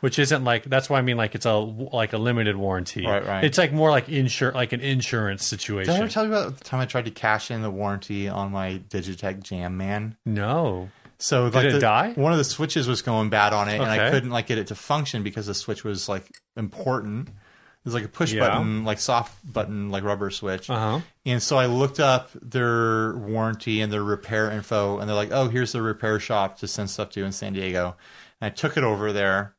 B: Which isn't like that's why I mean like it's a like a limited warranty.
A: Right, right.
B: It's like more like insure like an insurance
A: did i
B: situation.
A: ever tell you about the time i tried to cash in the warranty on my digitech jam man
B: no.
A: so like
B: it
A: the-
B: die?
A: one of the switches was going bad on it and i
B: Okay.
A: couldn't like get it to function because the switch was like important it was like a push
B: Yeah.
A: button like soft button like rubber switch
B: Uh huh.
A: And so I looked up their warranty and their repair info, and they're like, "Oh, here's the repair shop to send stuff to in San Diego." And I took it over there,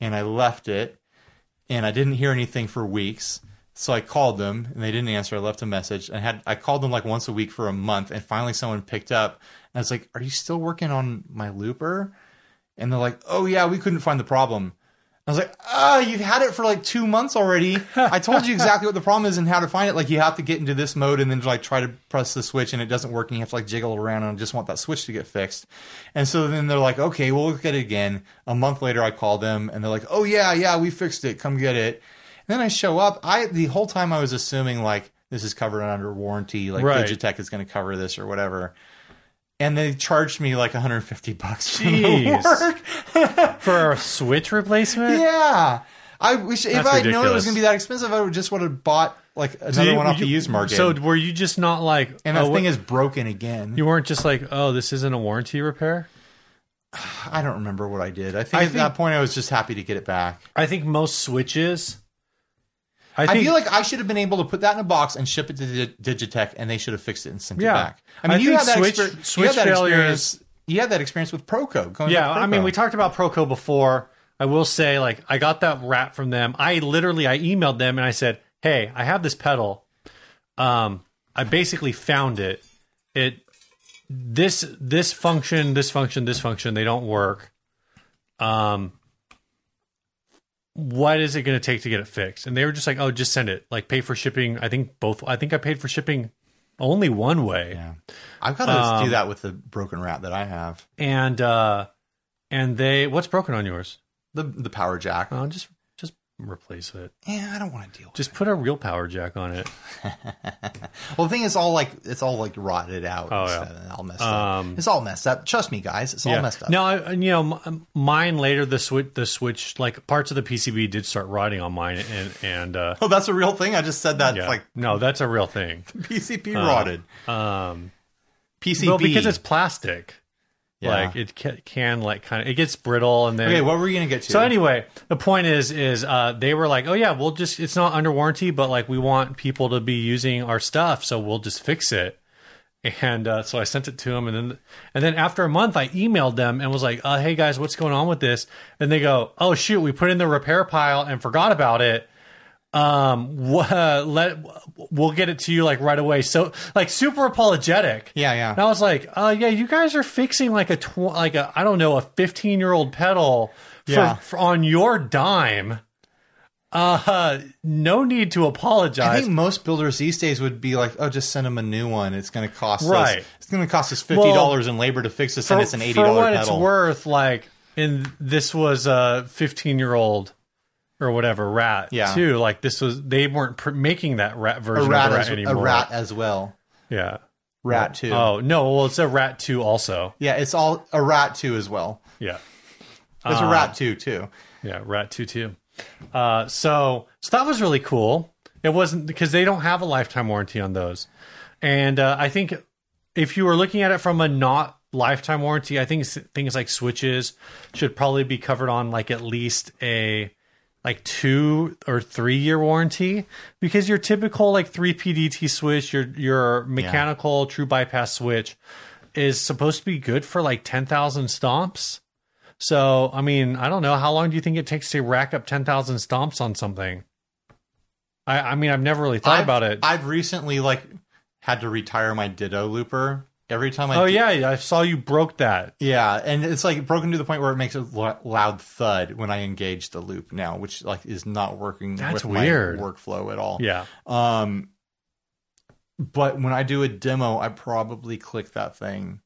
A: and I left it, and I didn't hear anything for weeks. So I called them, and they didn't answer. I left a message, and had I called them like once a week for a month, and finally someone picked up. And I was like, "Are you still working on my looper?" And they're like, "Oh yeah, we couldn't find the problem." I was like, "Ah, you've had it for like two months already. I told you exactly what the problem is and how to find it. Like, you have to get into this mode and then like try to press the switch and it doesn't work, and you have to like jiggle around and I just want that switch to get fixed." And so then they're like, "Okay, we'll look at it again." A month later, I call them and they're like, "Oh yeah, yeah, we fixed it. Come get it." And then I show up. I the whole time I was assuming like this is covered under warranty, like
B: Right.
A: Digitech is going to cover this or whatever. And they charged me like 150 bucks for the
B: Jeez.
A: work.
B: For a switch replacement?
A: Yeah. I wish if
B: That's
A: I would known it was
B: ridiculous.
A: going to be that expensive, I would just would have bought like
B: Did
A: another
B: you-
A: one off
B: you-
A: the used market.
B: So were you just not like
A: and
B: oh,
A: that
B: what-
A: thing is broken again.
B: you weren't just like, oh, this isn't a warranty repair?
A: I don't remember what I did. I think
B: I
A: at
B: think-
A: that point I was just happy to get it back.
B: I think most switches. I
A: I,
B: think
A: feel like I should have been able to put that in a box and ship it to Di- Digitech, and they should have fixed it and sent
B: Yeah.
A: it back. I mean,
B: I
A: you
B: think
A: had that,
B: switch-
A: exper- you
B: switch
A: had that
B: failures-
A: experience. You had that experience with Proco. Going
B: yeah.
A: back to
B: I mean,
A: Proco.
B: we talked about Proco before. I will say, like, I got that rap from them. I literally, I emailed them and I said, "Hey, I have this pedal. Um, I basically found it. It this this function, this function, this function, they don't work. Um, what is it going to take to get it fixed? And they were just like, "Oh, just send it. Like, pay for shipping. I think both. I think I paid for shipping only one way.
A: Yeah. I've got to
B: um,
A: do that with the broken rat that I have.
B: and uh and they what's broken on yours
A: The the power jack.
B: oh just just replace it
A: yeah, I don't want to deal.
B: just put a real power jack on it
A: Well, the thing is, all like it's all like rotted out.
B: Oh,
A: Oh,
B: yeah.
A: yeah. all messed
B: Um,
A: up. It's all messed up. Trust me, guys. It's all messed up.
B: no I, and, you know m- mine later the switch the switch like parts of the pcb did start rotting on mine and and uh
A: oh, that's a real thing. I just said that.
B: yeah.
A: It's like
B: no that's a real thing
A: PCP rotted.
B: um
A: PCB.
B: well because it's plastic
A: Yeah.
B: like it can, can like kind of it gets brittle and then
A: okay. What were you gonna get to?
B: So anyway, the point is, is uh, they were like, "Oh yeah, we'll just it's not under warranty, but like we want people to be using our stuff, so we'll just fix it." and uh, so I sent it to them, and then and then after a month, I emailed them and was like, uh, "Hey guys, what's going on with this?" And they go, "Oh shoot, we put it in the repair pile and forgot about it. Um, wha- let we'll get it to you like right away." So like super apologetic.
A: Yeah, yeah.
B: And I was like, "Uh, yeah, you guys are fixing like a tw- like a I don't know a fifteen year old pedal for,
A: Yeah.
B: for on your dime." Uh, no need to
A: I
B: apologize.
A: think most builders these days would be like, "Oh, just send them a new one. It's going to cost
B: Right.
A: us. It's going to cost us fifty dollars in labor to fix this, and it's an eighty
B: for what
A: dollar
B: it's
A: pedal."
B: worth. Like, and this was a fifteen-year-old or whatever rat
A: Yeah.
B: too. Like, this was they weren't pr- making that rat
A: a
B: version
A: rat,
B: of rat
A: as, a
B: anymore.
A: rat as well.
B: yeah.
A: Rat two.
B: Oh no! Well, it's a rat two also.
A: Yeah, it's all a rat two as well.
B: Yeah,
A: It's
B: Uh,
A: a rat two too.
B: yeah, rat two too. Uh, so so that was really cool. It wasn't because they don't have a lifetime warranty on those, and uh, I think if you were looking at it from a not lifetime warranty, I think s- things like switches should probably be covered on like at least a like two or three year warranty because your typical like three PDT switch, your your mechanical true bypass switch is supposed to be good for like ten thousand stomps. So I mean, I don't know how long do you think it takes to rack up ten thousand stomps on something. I, I mean, I've never really thought
A: I've-
B: about it.
A: I've recently like had to retire my Ditto looper. Every time I
B: oh
A: do-
B: yeah, I saw you broke that.
A: yeah, and it's like broken to the point where it makes a lo- loud thud when I engage the loop now, which like is not working
B: That's
A: with my
B: weird.
A: workflow at all.
B: Yeah.
A: Um, but when I do a demo, I probably click that thing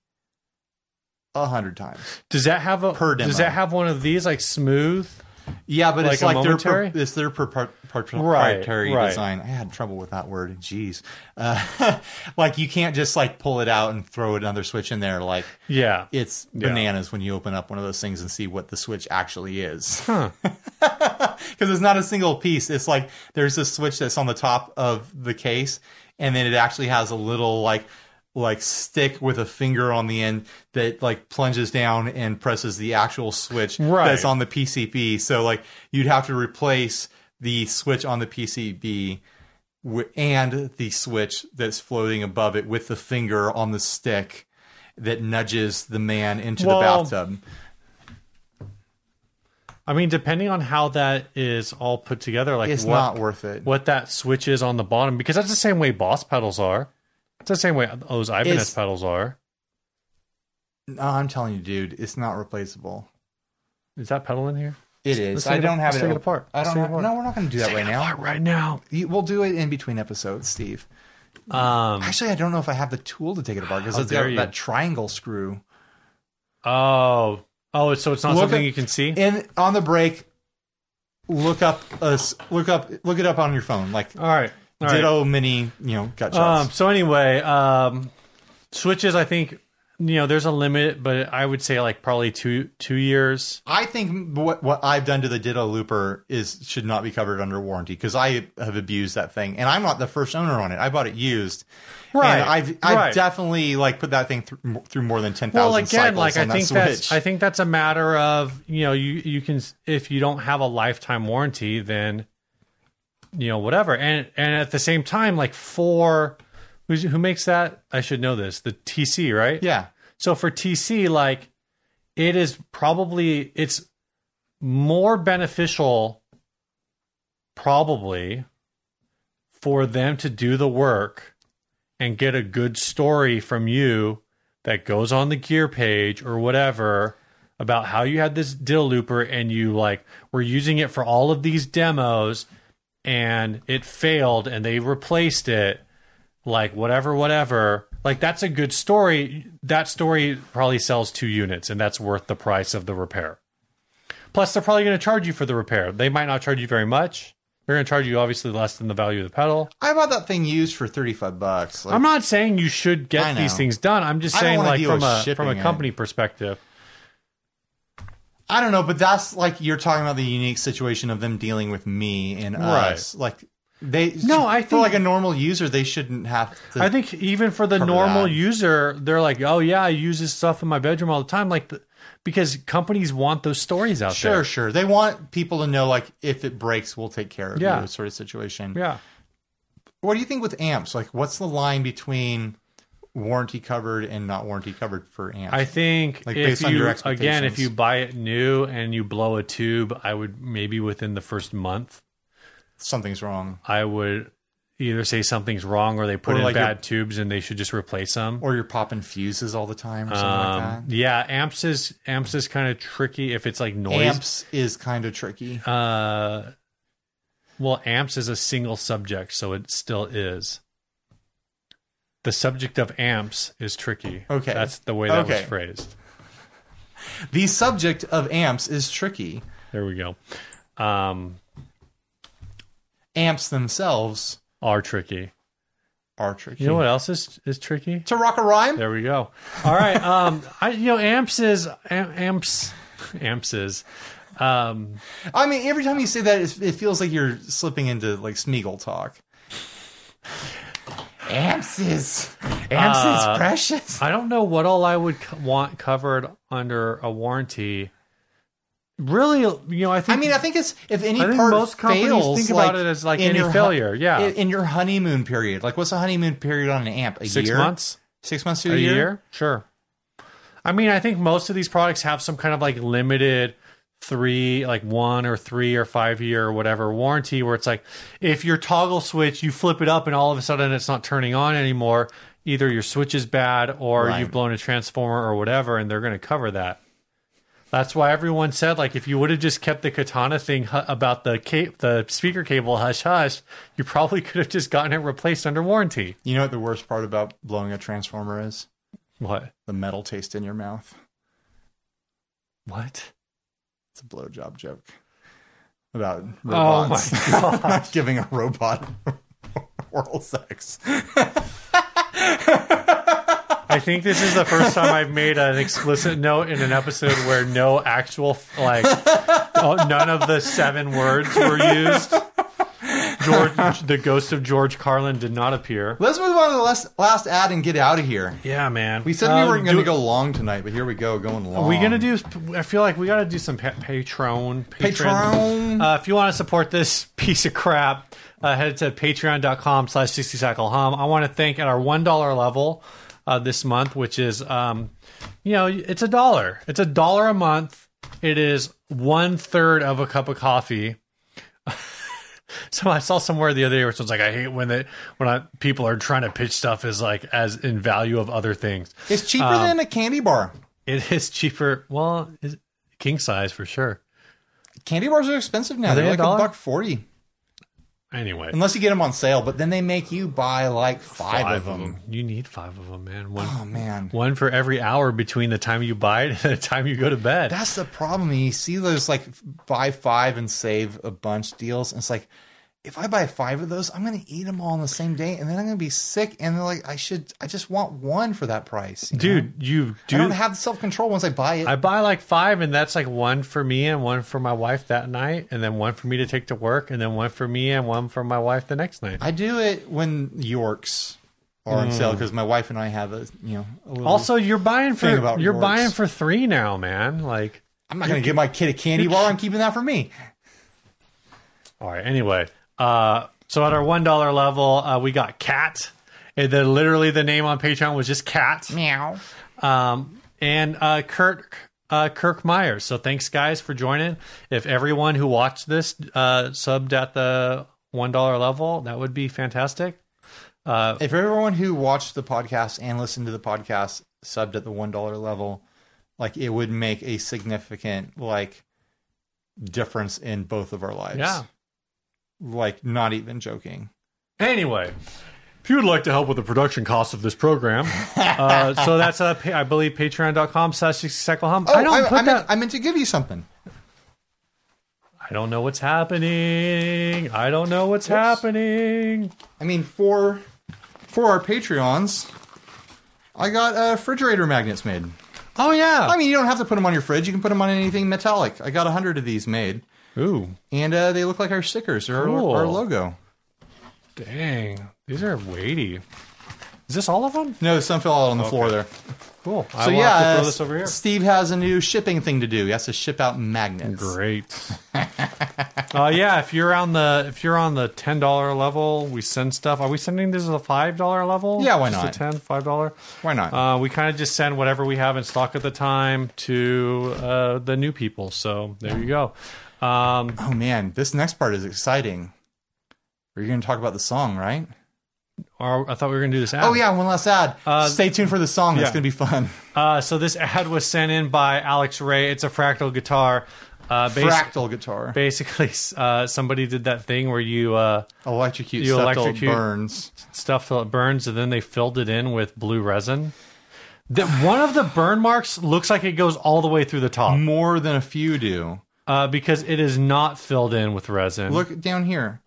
A: a hundred times.
B: Does that have a
A: Per
B: Does
A: demo.
B: that have one of these like smooth?
A: Yeah, but it's
B: Like a
A: like their pro-
B: momentary?
A: it's their pro- pro- pro-
B: Right,
A: proprietary
B: right.
A: design. I had trouble with that word. Jeez, uh, like you can't just like pull it out and throw another switch in there. Like
B: Yeah.
A: it's
B: Yeah.
A: bananas when you open up one of those things and see what the switch actually is.
B: Huh.
A: because it's not a single piece. It's like there's this switch that's on the top of the case, and then it actually has a little like like stick with a finger on the end that like plunges down and presses the actual switch
B: Right.
A: that's on the PCB. So like you'd have to replace the switch on the PCB w- and the switch that's floating above it with the finger on the stick that nudges the man into
B: Well,
A: the bathtub.
B: I mean, depending on how that is all put together, like
A: It's
B: what
A: not worth it.
B: what that switch is on the bottom, because that's the same way Boss pedals are. It's the same way those Ibanez
A: It's-
B: pedals are.
A: No, I'm telling you, dude, it's not replaceable.
B: Is that pedal in here?
A: It is.
B: Let's
A: I
B: take it-
A: don't have
B: let's
A: it.
B: take it
A: op-
B: apart.
A: I
B: Let's
A: don't.
B: take it
A: Have,
B: apart.
A: no, we're not going to do that right now.
B: right now.
A: You- We'll do it in between episodes, Steve.
B: Um.
A: Actually, I don't know if I have the tool to take it apart because
B: How
A: it's
B: dare
A: got
B: you.
A: that triangle screw.
B: Oh. Oh. So it's not
A: Look
B: something
A: at-
B: you can see.
A: And on the break, look up us. Look up. Look it up on your phone. Like
B: all right. All right.
A: Ditto Mini. You know, gut shots.
B: Um, so anyway, um, switches. I think you know there's a limit, but I would say like probably two two years.
A: I think what what I've done to the Ditto Looper is should not be covered under warranty because I have abused that thing, and I'm not the first owner on it. I bought it used,
B: Right,
A: And I've I've
B: right.
A: definitely like put that thing through, through more than ten thousand.
B: Well, again,
A: cycles
B: like I
A: on that
B: think
A: switch.
B: that's I think that's a matter of you know you you can s- if you don't have a lifetime warranty, then you know whatever. And and at the same time, like for who's, who makes that? I should know this. The TC, right?
A: yeah,
B: So for TC, like it is probably it's more beneficial probably for them to do the work and get a good story from you that goes on the gear page or whatever about how you had this dill looper and you like were using it for all of these demos and it failed and they replaced it like whatever whatever like that's a good story that story probably sells two units and that's worth the price of the repair plus they're probably going to charge you for the repair they might not charge you very much they're going to charge you obviously less than the value of the pedal
A: I bought that thing used for thirty five bucks. Like,
B: i'm not saying you should
A: I
B: get
A: know.
B: these things done i'm just
A: I don't
B: saying
A: wanna
B: like
A: deal
B: from
A: with
B: a from a
A: shipping it.
B: company perspective
A: I don't know, but that's like you're talking about the unique situation of them dealing with me and
B: Right.
A: us. Like they
B: No, I
A: for
B: think-
A: like a normal user, they shouldn't have. to...
B: I think even for the
A: cover
B: normal
A: that.
B: user, they're like, "Oh yeah, I use this stuff in my bedroom all the time," like the, because companies want those stories out
A: Sure, sure. They want people to know, like, if it breaks, we'll take care of
B: Yeah.
A: you, sort of situation.
B: there. Yeah,
A: What do you think with amps? Like, what's the line between warranty covered and not warranty covered for amps.
B: I think
A: Like,
B: if
A: based on
B: you
A: your
B: again, if
A: expectations.
B: you buy it new and you blow a tube, I would maybe within the first month,
A: Something's wrong.
B: I would either say something's wrong or they put
A: Or
B: in
A: like
B: bad tubes and they should just replace them.
A: Or you're popping fuses all the time or something
B: Um,
A: like that.
B: yeah, amps is amps is kind of tricky if it's like noise.
A: Amps is kind of tricky.
B: Uh, well, amps is a single subject, so it still is. The subject of amps is tricky.
A: Okay.
B: that's the way that
A: Okay.
B: was phrased.
A: The subject of amps is tricky.
B: There we go. Um,
A: Amps themselves
B: are tricky.
A: are tricky.
B: You know what else is is tricky?
A: To rock a rhyme?
B: There we go. All right. Um, I you know amps is am, amps amps is. Um,
A: I mean, every time you say that, it, it feels like you're slipping into like Smeagol talk. Amps is amps
B: Uh,
A: is precious.
B: I don't know what all I would co- want covered under a warranty. Really, you know, I
A: I
B: think
A: mean, I think it's if any
B: I think
A: part
B: most companies
A: fails,
B: think
A: like,
B: about it as like
A: in
B: any
A: your hu-
B: failure, yeah.
A: in, in your honeymoon period, like what's a honeymoon period on an amp? A
B: six
A: year?
B: months,
A: Six months to
B: a year? sure. I mean, I think most of these products have some kind of like limited three, like one or three or five year or whatever warranty, where it's like if your toggle switch you flip it up and all of a sudden it's not turning on anymore, either your switch is bad or
A: Right.
B: you've blown a transformer or whatever, and they're going to cover that. That's why everyone said like if you would have just kept the katana thing hu- about the ca- the speaker cable hush hush, you probably could have just gotten it replaced under warranty.
A: You know what the worst part about blowing a transformer is?
B: What?
A: The metal taste in your mouth.
B: What?
A: It's a blowjob joke about
B: Oh my
A: robots giving a robot oral sex.
B: I think this is the first time I've made an explicit note in an episode where no actual like oh, none of the seven words were used. George, the ghost of George Carlin did not appear.
A: Let's move on to the last, last ad and get out of here.
B: Yeah, man.
A: We said we weren't going to go long tonight, but here we go, going long.
B: Um, Are we gonna do? I feel like we gotta do some pa- Patreon.
A: Patreon.
B: Uh, if you want to support this piece of crap, uh, head to patreon.com slash 60 cycle hum. I want to thank at our $1 level uh, this month, which is, um, you know, it's a dollar. It's a dollar a month. It is one third of a cup of coffee. So I saw somewhere the other day where someone's like, I hate when they when I, people are trying to pitch stuff as like as in value of other things.
A: It's cheaper
B: Um,
A: than a candy bar.
B: It is cheaper. Well, is king size for sure.
A: Candy bars are expensive now.
B: they
A: They're
B: a
A: like a
B: dollar?
A: buck forty,
B: Anyway,
A: unless you get them on sale. But then they make you buy like five, of them.
B: You need five of them, man. One
A: Oh man,
B: One for every hour between the time you buy it and the time you go to bed.
A: that's the problem. You see those like buy five and save a bunch deals, and it's like. If I buy five of those, I'm going to eat them all on the same day, and then I'm going to be sick. And they're like, I should, I just want one for that price, you know?
B: Dude, you
A: I
B: do.
A: don't have the self control once I buy it.
B: I buy like five, and that's like one for me and one for my wife that night, and then one for me to take to work, and then one for me and one for my wife the next night.
A: I do it when Yorks are on sale because my wife and I have a you know. A little,
B: Mm. Also, you're buying for
A: Thing about
B: you're
A: yours.
B: buying for three now, man. Like,
A: I'm not going to give my kid a candy bar. I'm keeping that for me.
B: all right. Anyway, uh, so at our one dollar level, uh, we got cat. And then literally the name on Patreon was just cat.
A: Meow.
B: um, and uh, Kirk uh, Kirk Myers. So thanks guys for joining. If everyone who watched this uh, subbed at the one dollar level, that would be fantastic. Uh,
A: If everyone who watched the podcast and listened to the podcast subbed at the one dollar level, like it would make a significant like difference in both of our lives.
B: Yeah.
A: Like not even joking.
B: Anyway. If you would like to help with the production cost of this program, uh, so that's uh, pa- I believe patreon.com slash 60 cycle hum. I don't
A: Oh, I,
B: put
A: I
B: that.
A: meant, I meant to give you something.
B: I don't know what's happening. I don't know what's happening.
A: I mean, for for our Patreons, I got uh, refrigerator magnets made.
B: Oh
A: I
B: yeah.
A: mean, you don't have to put them on your fridge. You can put them on anything metallic. I got a hundred of these made,
B: Ooh,
A: and uh, they look like our stickers or our-
B: Cool.
A: our, logo.
B: dang. These are weighty. Is this all of them?
A: No, some fell out on the floor there.
B: Cool. I
A: So
B: will
A: yeah,
B: have to
A: uh,
B: throw this over here.
A: Steve has a new shipping thing to do. He has to ship out magnets.
B: Great. uh, yeah, if you're on the if you're on the ten dollar level, we send stuff. Are we sending this to the five dollar level?
A: Yeah, why
B: Just
A: not?
B: The ten, five dollar.
A: Why not?
B: Uh, we kind of just send whatever we have in stock at the time to uh, the new people. So there you go. Um,
A: oh man, this next part is exciting. We're going to talk about the song, right?
B: or I thought we were gonna do this. Ad.
A: Oh yeah, one last ad.
B: Uh,
A: Stay tuned for the song. It's
B: yeah.
A: going to be fun.
B: Uh, so this ad was sent in by Alex Ray. It's a fractal guitar. Uh, basi-
A: Fractal guitar.
B: Basically, uh, somebody did that thing where you uh,
A: Electrocute
B: You
A: stuff till
B: electrocute-
A: it burns.
B: stuff till it burns, and then they filled it in with blue resin. That one of the burn marks looks like it goes all the way through the top
A: More than a few do.
B: uh, because it is not filled in with resin.
A: Look down here.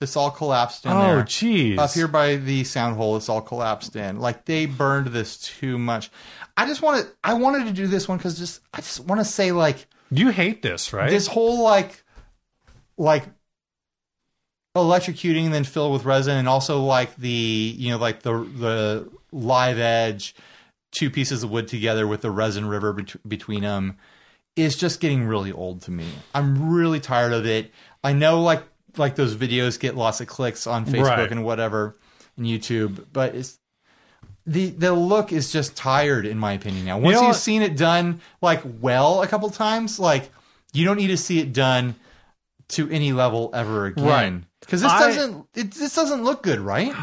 A: It's all collapsed in
B: oh
A: there.
B: jeez,
A: Up here by the sound hole, it's all collapsed in. Like they burned this too much. I just wanted, I wanted to do this one because just, I just want to say like
B: you hate this, right?
A: this whole like, like electrocuting and then filled with resin, and also like the you know like the the live edge, two pieces of wood together with the resin river bet- between them, is just getting really old to me. I'm really tired of it. I know like like those videos get lots of clicks on Facebook
B: Right.
A: and whatever and YouTube, but it's the the look is just tired in my opinion now. Once
B: know
A: you have
B: what?
A: seen it done like well a couple times, like you don't need to see it done to any level ever again.
B: Right.
A: Because this
B: I-
A: doesn't it this doesn't look good, right?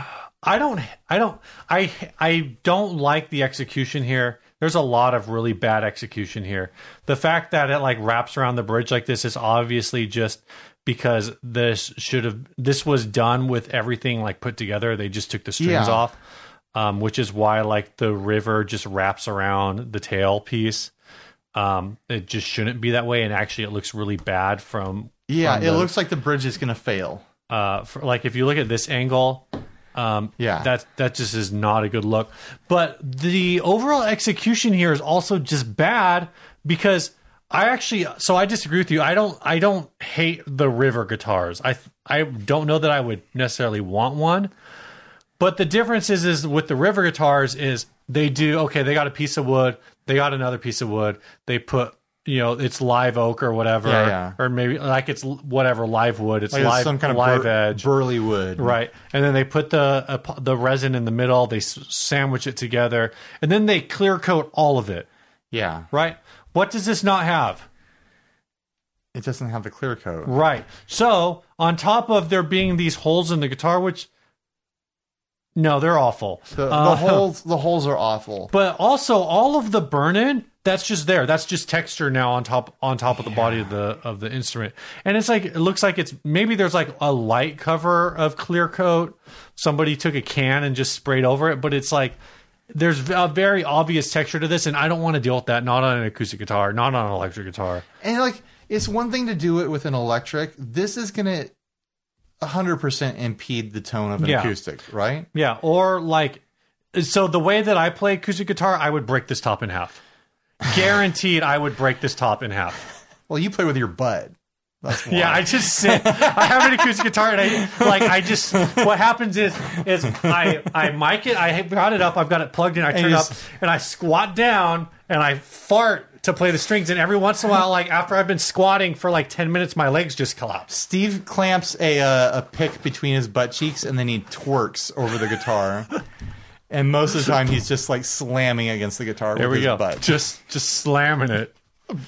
B: I don't I don't I I don't like the execution here. There's a lot of really bad execution here. The fact that it like wraps around the bridge like this is obviously just because this should have this was done with everything like put together. They just took the strings
A: Yeah.
B: off. Um, which is why like the river just wraps around the tail piece. Um, it just shouldn't be that way and actually it looks really bad from
A: Yeah,
B: from
A: it
B: the-
A: looks like the bridge is gonna fail.
B: uh, for, like if you look at this angle, um,
A: Yeah.
B: that that just is not a good look. But the overall execution here is also just bad because I actually so I disagree with you. I don't I don't hate the river guitars. I I don't know that I would necessarily want one. But the difference is, is with the river guitars is they do okay. They got a piece of wood. They got another piece of wood. They put you know it's live oak or whatever,
A: Yeah, yeah.
B: or maybe like it's l- whatever live wood. It's
A: Like it's
B: live
A: some kind of
B: live
A: bur-
B: edge,
A: burly wood.
B: right? And then they put the uh, p- the resin in the middle. They s- sandwich it together, and then they clear coat all of it,
A: Yeah.
B: right? What does this not have?
A: It doesn't have the clear coat.
B: Right. So on top of there being these holes in the guitar, which no, they're awful.
A: The, the
B: Uh,
A: holes the holes are awful.
B: but also all of the burn in that's just there that's just texture now on top on top of the body of the of the instrument and it's like it looks like it's maybe there's like a light cover of clear coat somebody took a can and just sprayed over it but it's like there's a very obvious texture to this and i don't want to deal with that not on an acoustic guitar not on an electric guitar
A: And like it's one thing to do it with an electric. This is gonna hundred percent impede the tone of an
B: Yeah.
A: acoustic, right?
B: yeah or like so the way that i play acoustic guitar i would break this top in half guaranteed i would break this top in half
A: Well you play with your butt. That's why.
B: Yeah, I just sit. I have an acoustic guitar, and I like. I just what happens is is I I mic it. I have got it up. I've got it plugged in. I turn
A: you
B: it up,
A: s-
B: and I squat down, and I fart to play the strings. And every once in a while, like after I've been squatting for like ten minutes, my legs just collapse.
A: Steve clamps a uh, a pick between his butt cheeks and then he twerks over the guitar. and most of the time he's just like slamming against the guitar with his butt.
B: Just just slamming it.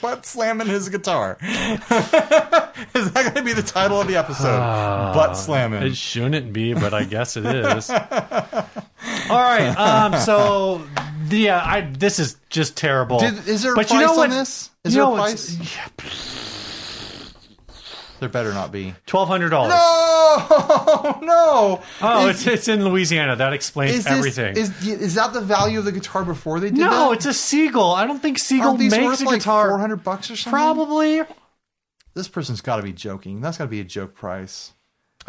A: Butt slamming his guitar. is that going to be the title of the episode?
B: Ah.
A: butt slamming.
B: It shouldn't be, but I guess it is. All right. Um. So yeah, I this is just terrible.
A: Did- is there a
B: but
A: price
B: you know
A: on
B: what?
A: this? Is
B: you
A: there a
B: know what's-
A: price? There better not be.
B: Twelve hundred dollars.
A: No, no.
B: Oh,
A: Is-
B: it's, it's in Louisiana. That explains
A: is this-
B: everything.
A: is is that the value of the guitar before they did that?
B: no, it's a Seagull. I don't think Seagull
A: Aren't these
B: makes
A: worth
B: a
A: like
B: guitar.
A: four hundred bucks or something?
B: Probably. Like,
A: This person's got to be joking. That's got to be a joke price.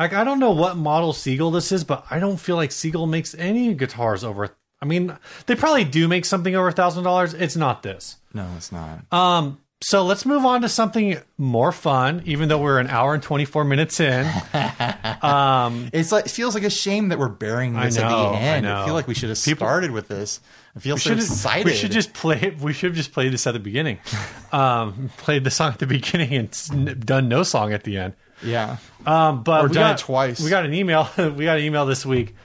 B: I don't know what model Seagull this is, but I don't feel like Seagull makes any guitars over. I mean, they probably do make something over a thousand dollars. It's not this.
A: No, it's not.
B: Um, So let's move on to something more fun, even though we're an hour and 24 minutes in.
A: It's like it feels like a shame that we're burying this
B: know,
A: at
B: I
A: the end. I,
B: know.
A: feel like we should have
B: People-
A: started with this. I feel so
B: Should've-
A: excited.
B: We should just play it. We should have just played this at the beginning. Um, played the song at the beginning and s- n- done no song at the end.
A: yeah.
B: Um, but
C: Or
B: we
C: done it
B: got-
C: twice.
B: We got an email. we got an email this week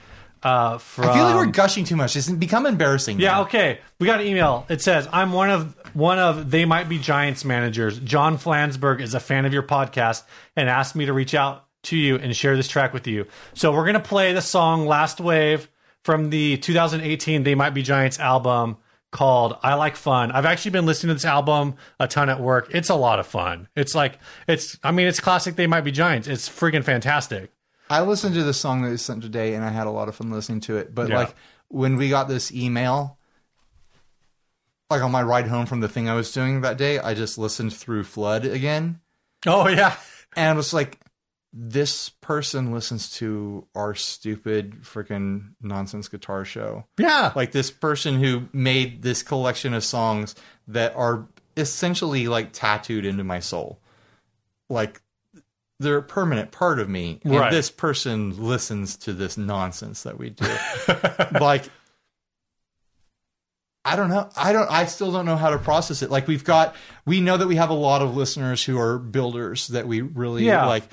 B: uh, from.
A: I feel like we're gushing too much. It's become embarrassing.
B: Yeah,
A: now.
B: okay. We got an email. It says, "I'm one of one of they might be Giants managers. John Flansburgh is a fan of your podcast and asked me to reach out to you and share this track with you. So we're gonna play the song "Last Wave" from the 2018 They Might Be Giants album called "I Like Fun." I've actually been listening to this album a ton at work. It's a lot of fun. It's like it's. I mean, it's classic. They Might Be Giants. It's freaking fantastic.
A: I listened to the song that was sent today, and I had a lot of fun listening to it. But
B: Yeah.
A: like when we got this email, like on my ride home from the thing I was doing that day, I just listened through Flood again,
B: Oh yeah.
A: and I was like, "This person listens to our stupid freaking nonsense guitar show."
B: Yeah.
A: Like this person who made this collection of songs that are essentially like tattooed into my soul, like. They're a permanent part of me, and
B: Right.
A: this person listens to this nonsense that we do. like I don't know. I don't I still don't know how to process it. Like we've got we know that we have a lot of listeners who are builders that we really
B: Yeah.
A: like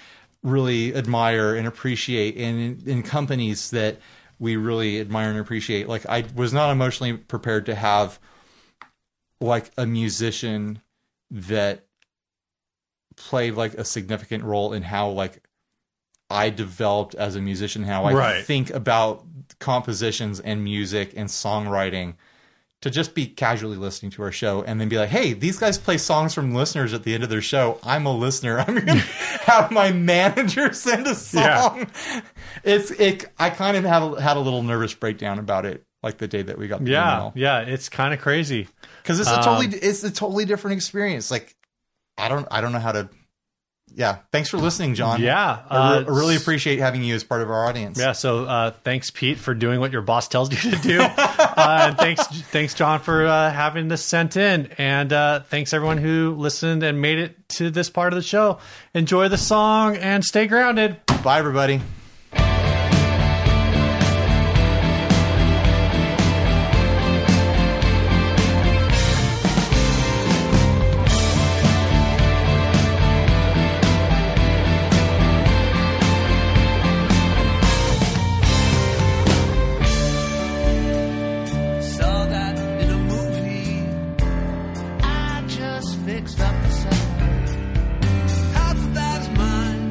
A: really admire and appreciate and in, in companies that we really admire and appreciate. Like I was not emotionally prepared to have like a musician that played like a significant role in how like I developed as a musician, how I
B: Right.
A: think about compositions and music and songwriting. To just be casually listening to our show and then be like, "Hey, these guys play songs from listeners at the end of their show. I'm a listener. I'm gonna have my manager send a song." It's it. I kind of had a, had a little nervous breakdown about it, like the day that we got the
B: yeah. Um,
A: email
B: Yeah. It's kind of crazy.
A: because it's a totally it's a totally different experience. Like I don't I don't know how to. Yeah, thanks for listening, John.
B: Yeah.
A: Uh-huh. I, re-
B: uh,
A: I really appreciate having you as part of our audience.
B: Yeah, so uh, thanks, Pete, for doing what your boss tells you to do. uh, and thanks, thanks, John, for uh, having this sent in. And uh, thanks, everyone who listened and made it to this part of the show. Enjoy the song and stay grounded.
A: Bye, everybody.
D: Saw that in a movie. I just fixed up the sound. Half of that's mine.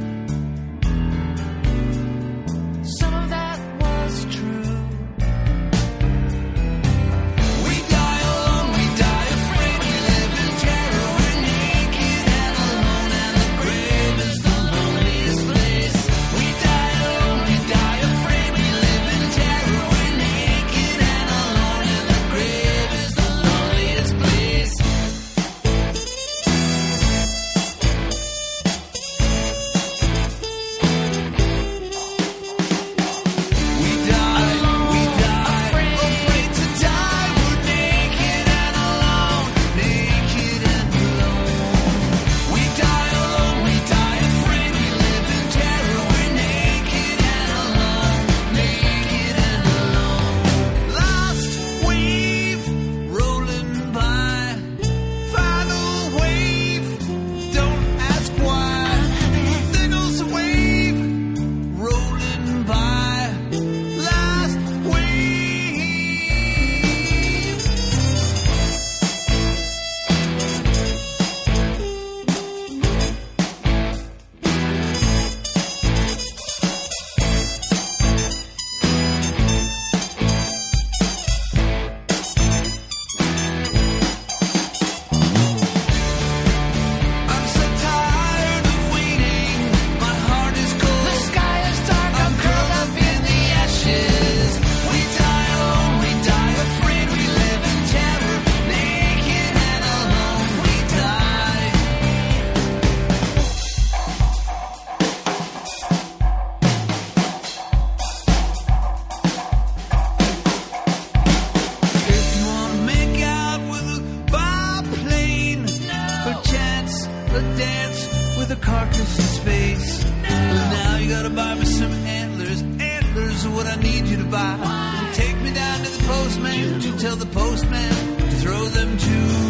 D: with a carcass in space. But now you gotta buy me some antlers. Antlers are what I need you to buy. Take me down to the postman to tell the postman to throw them to oh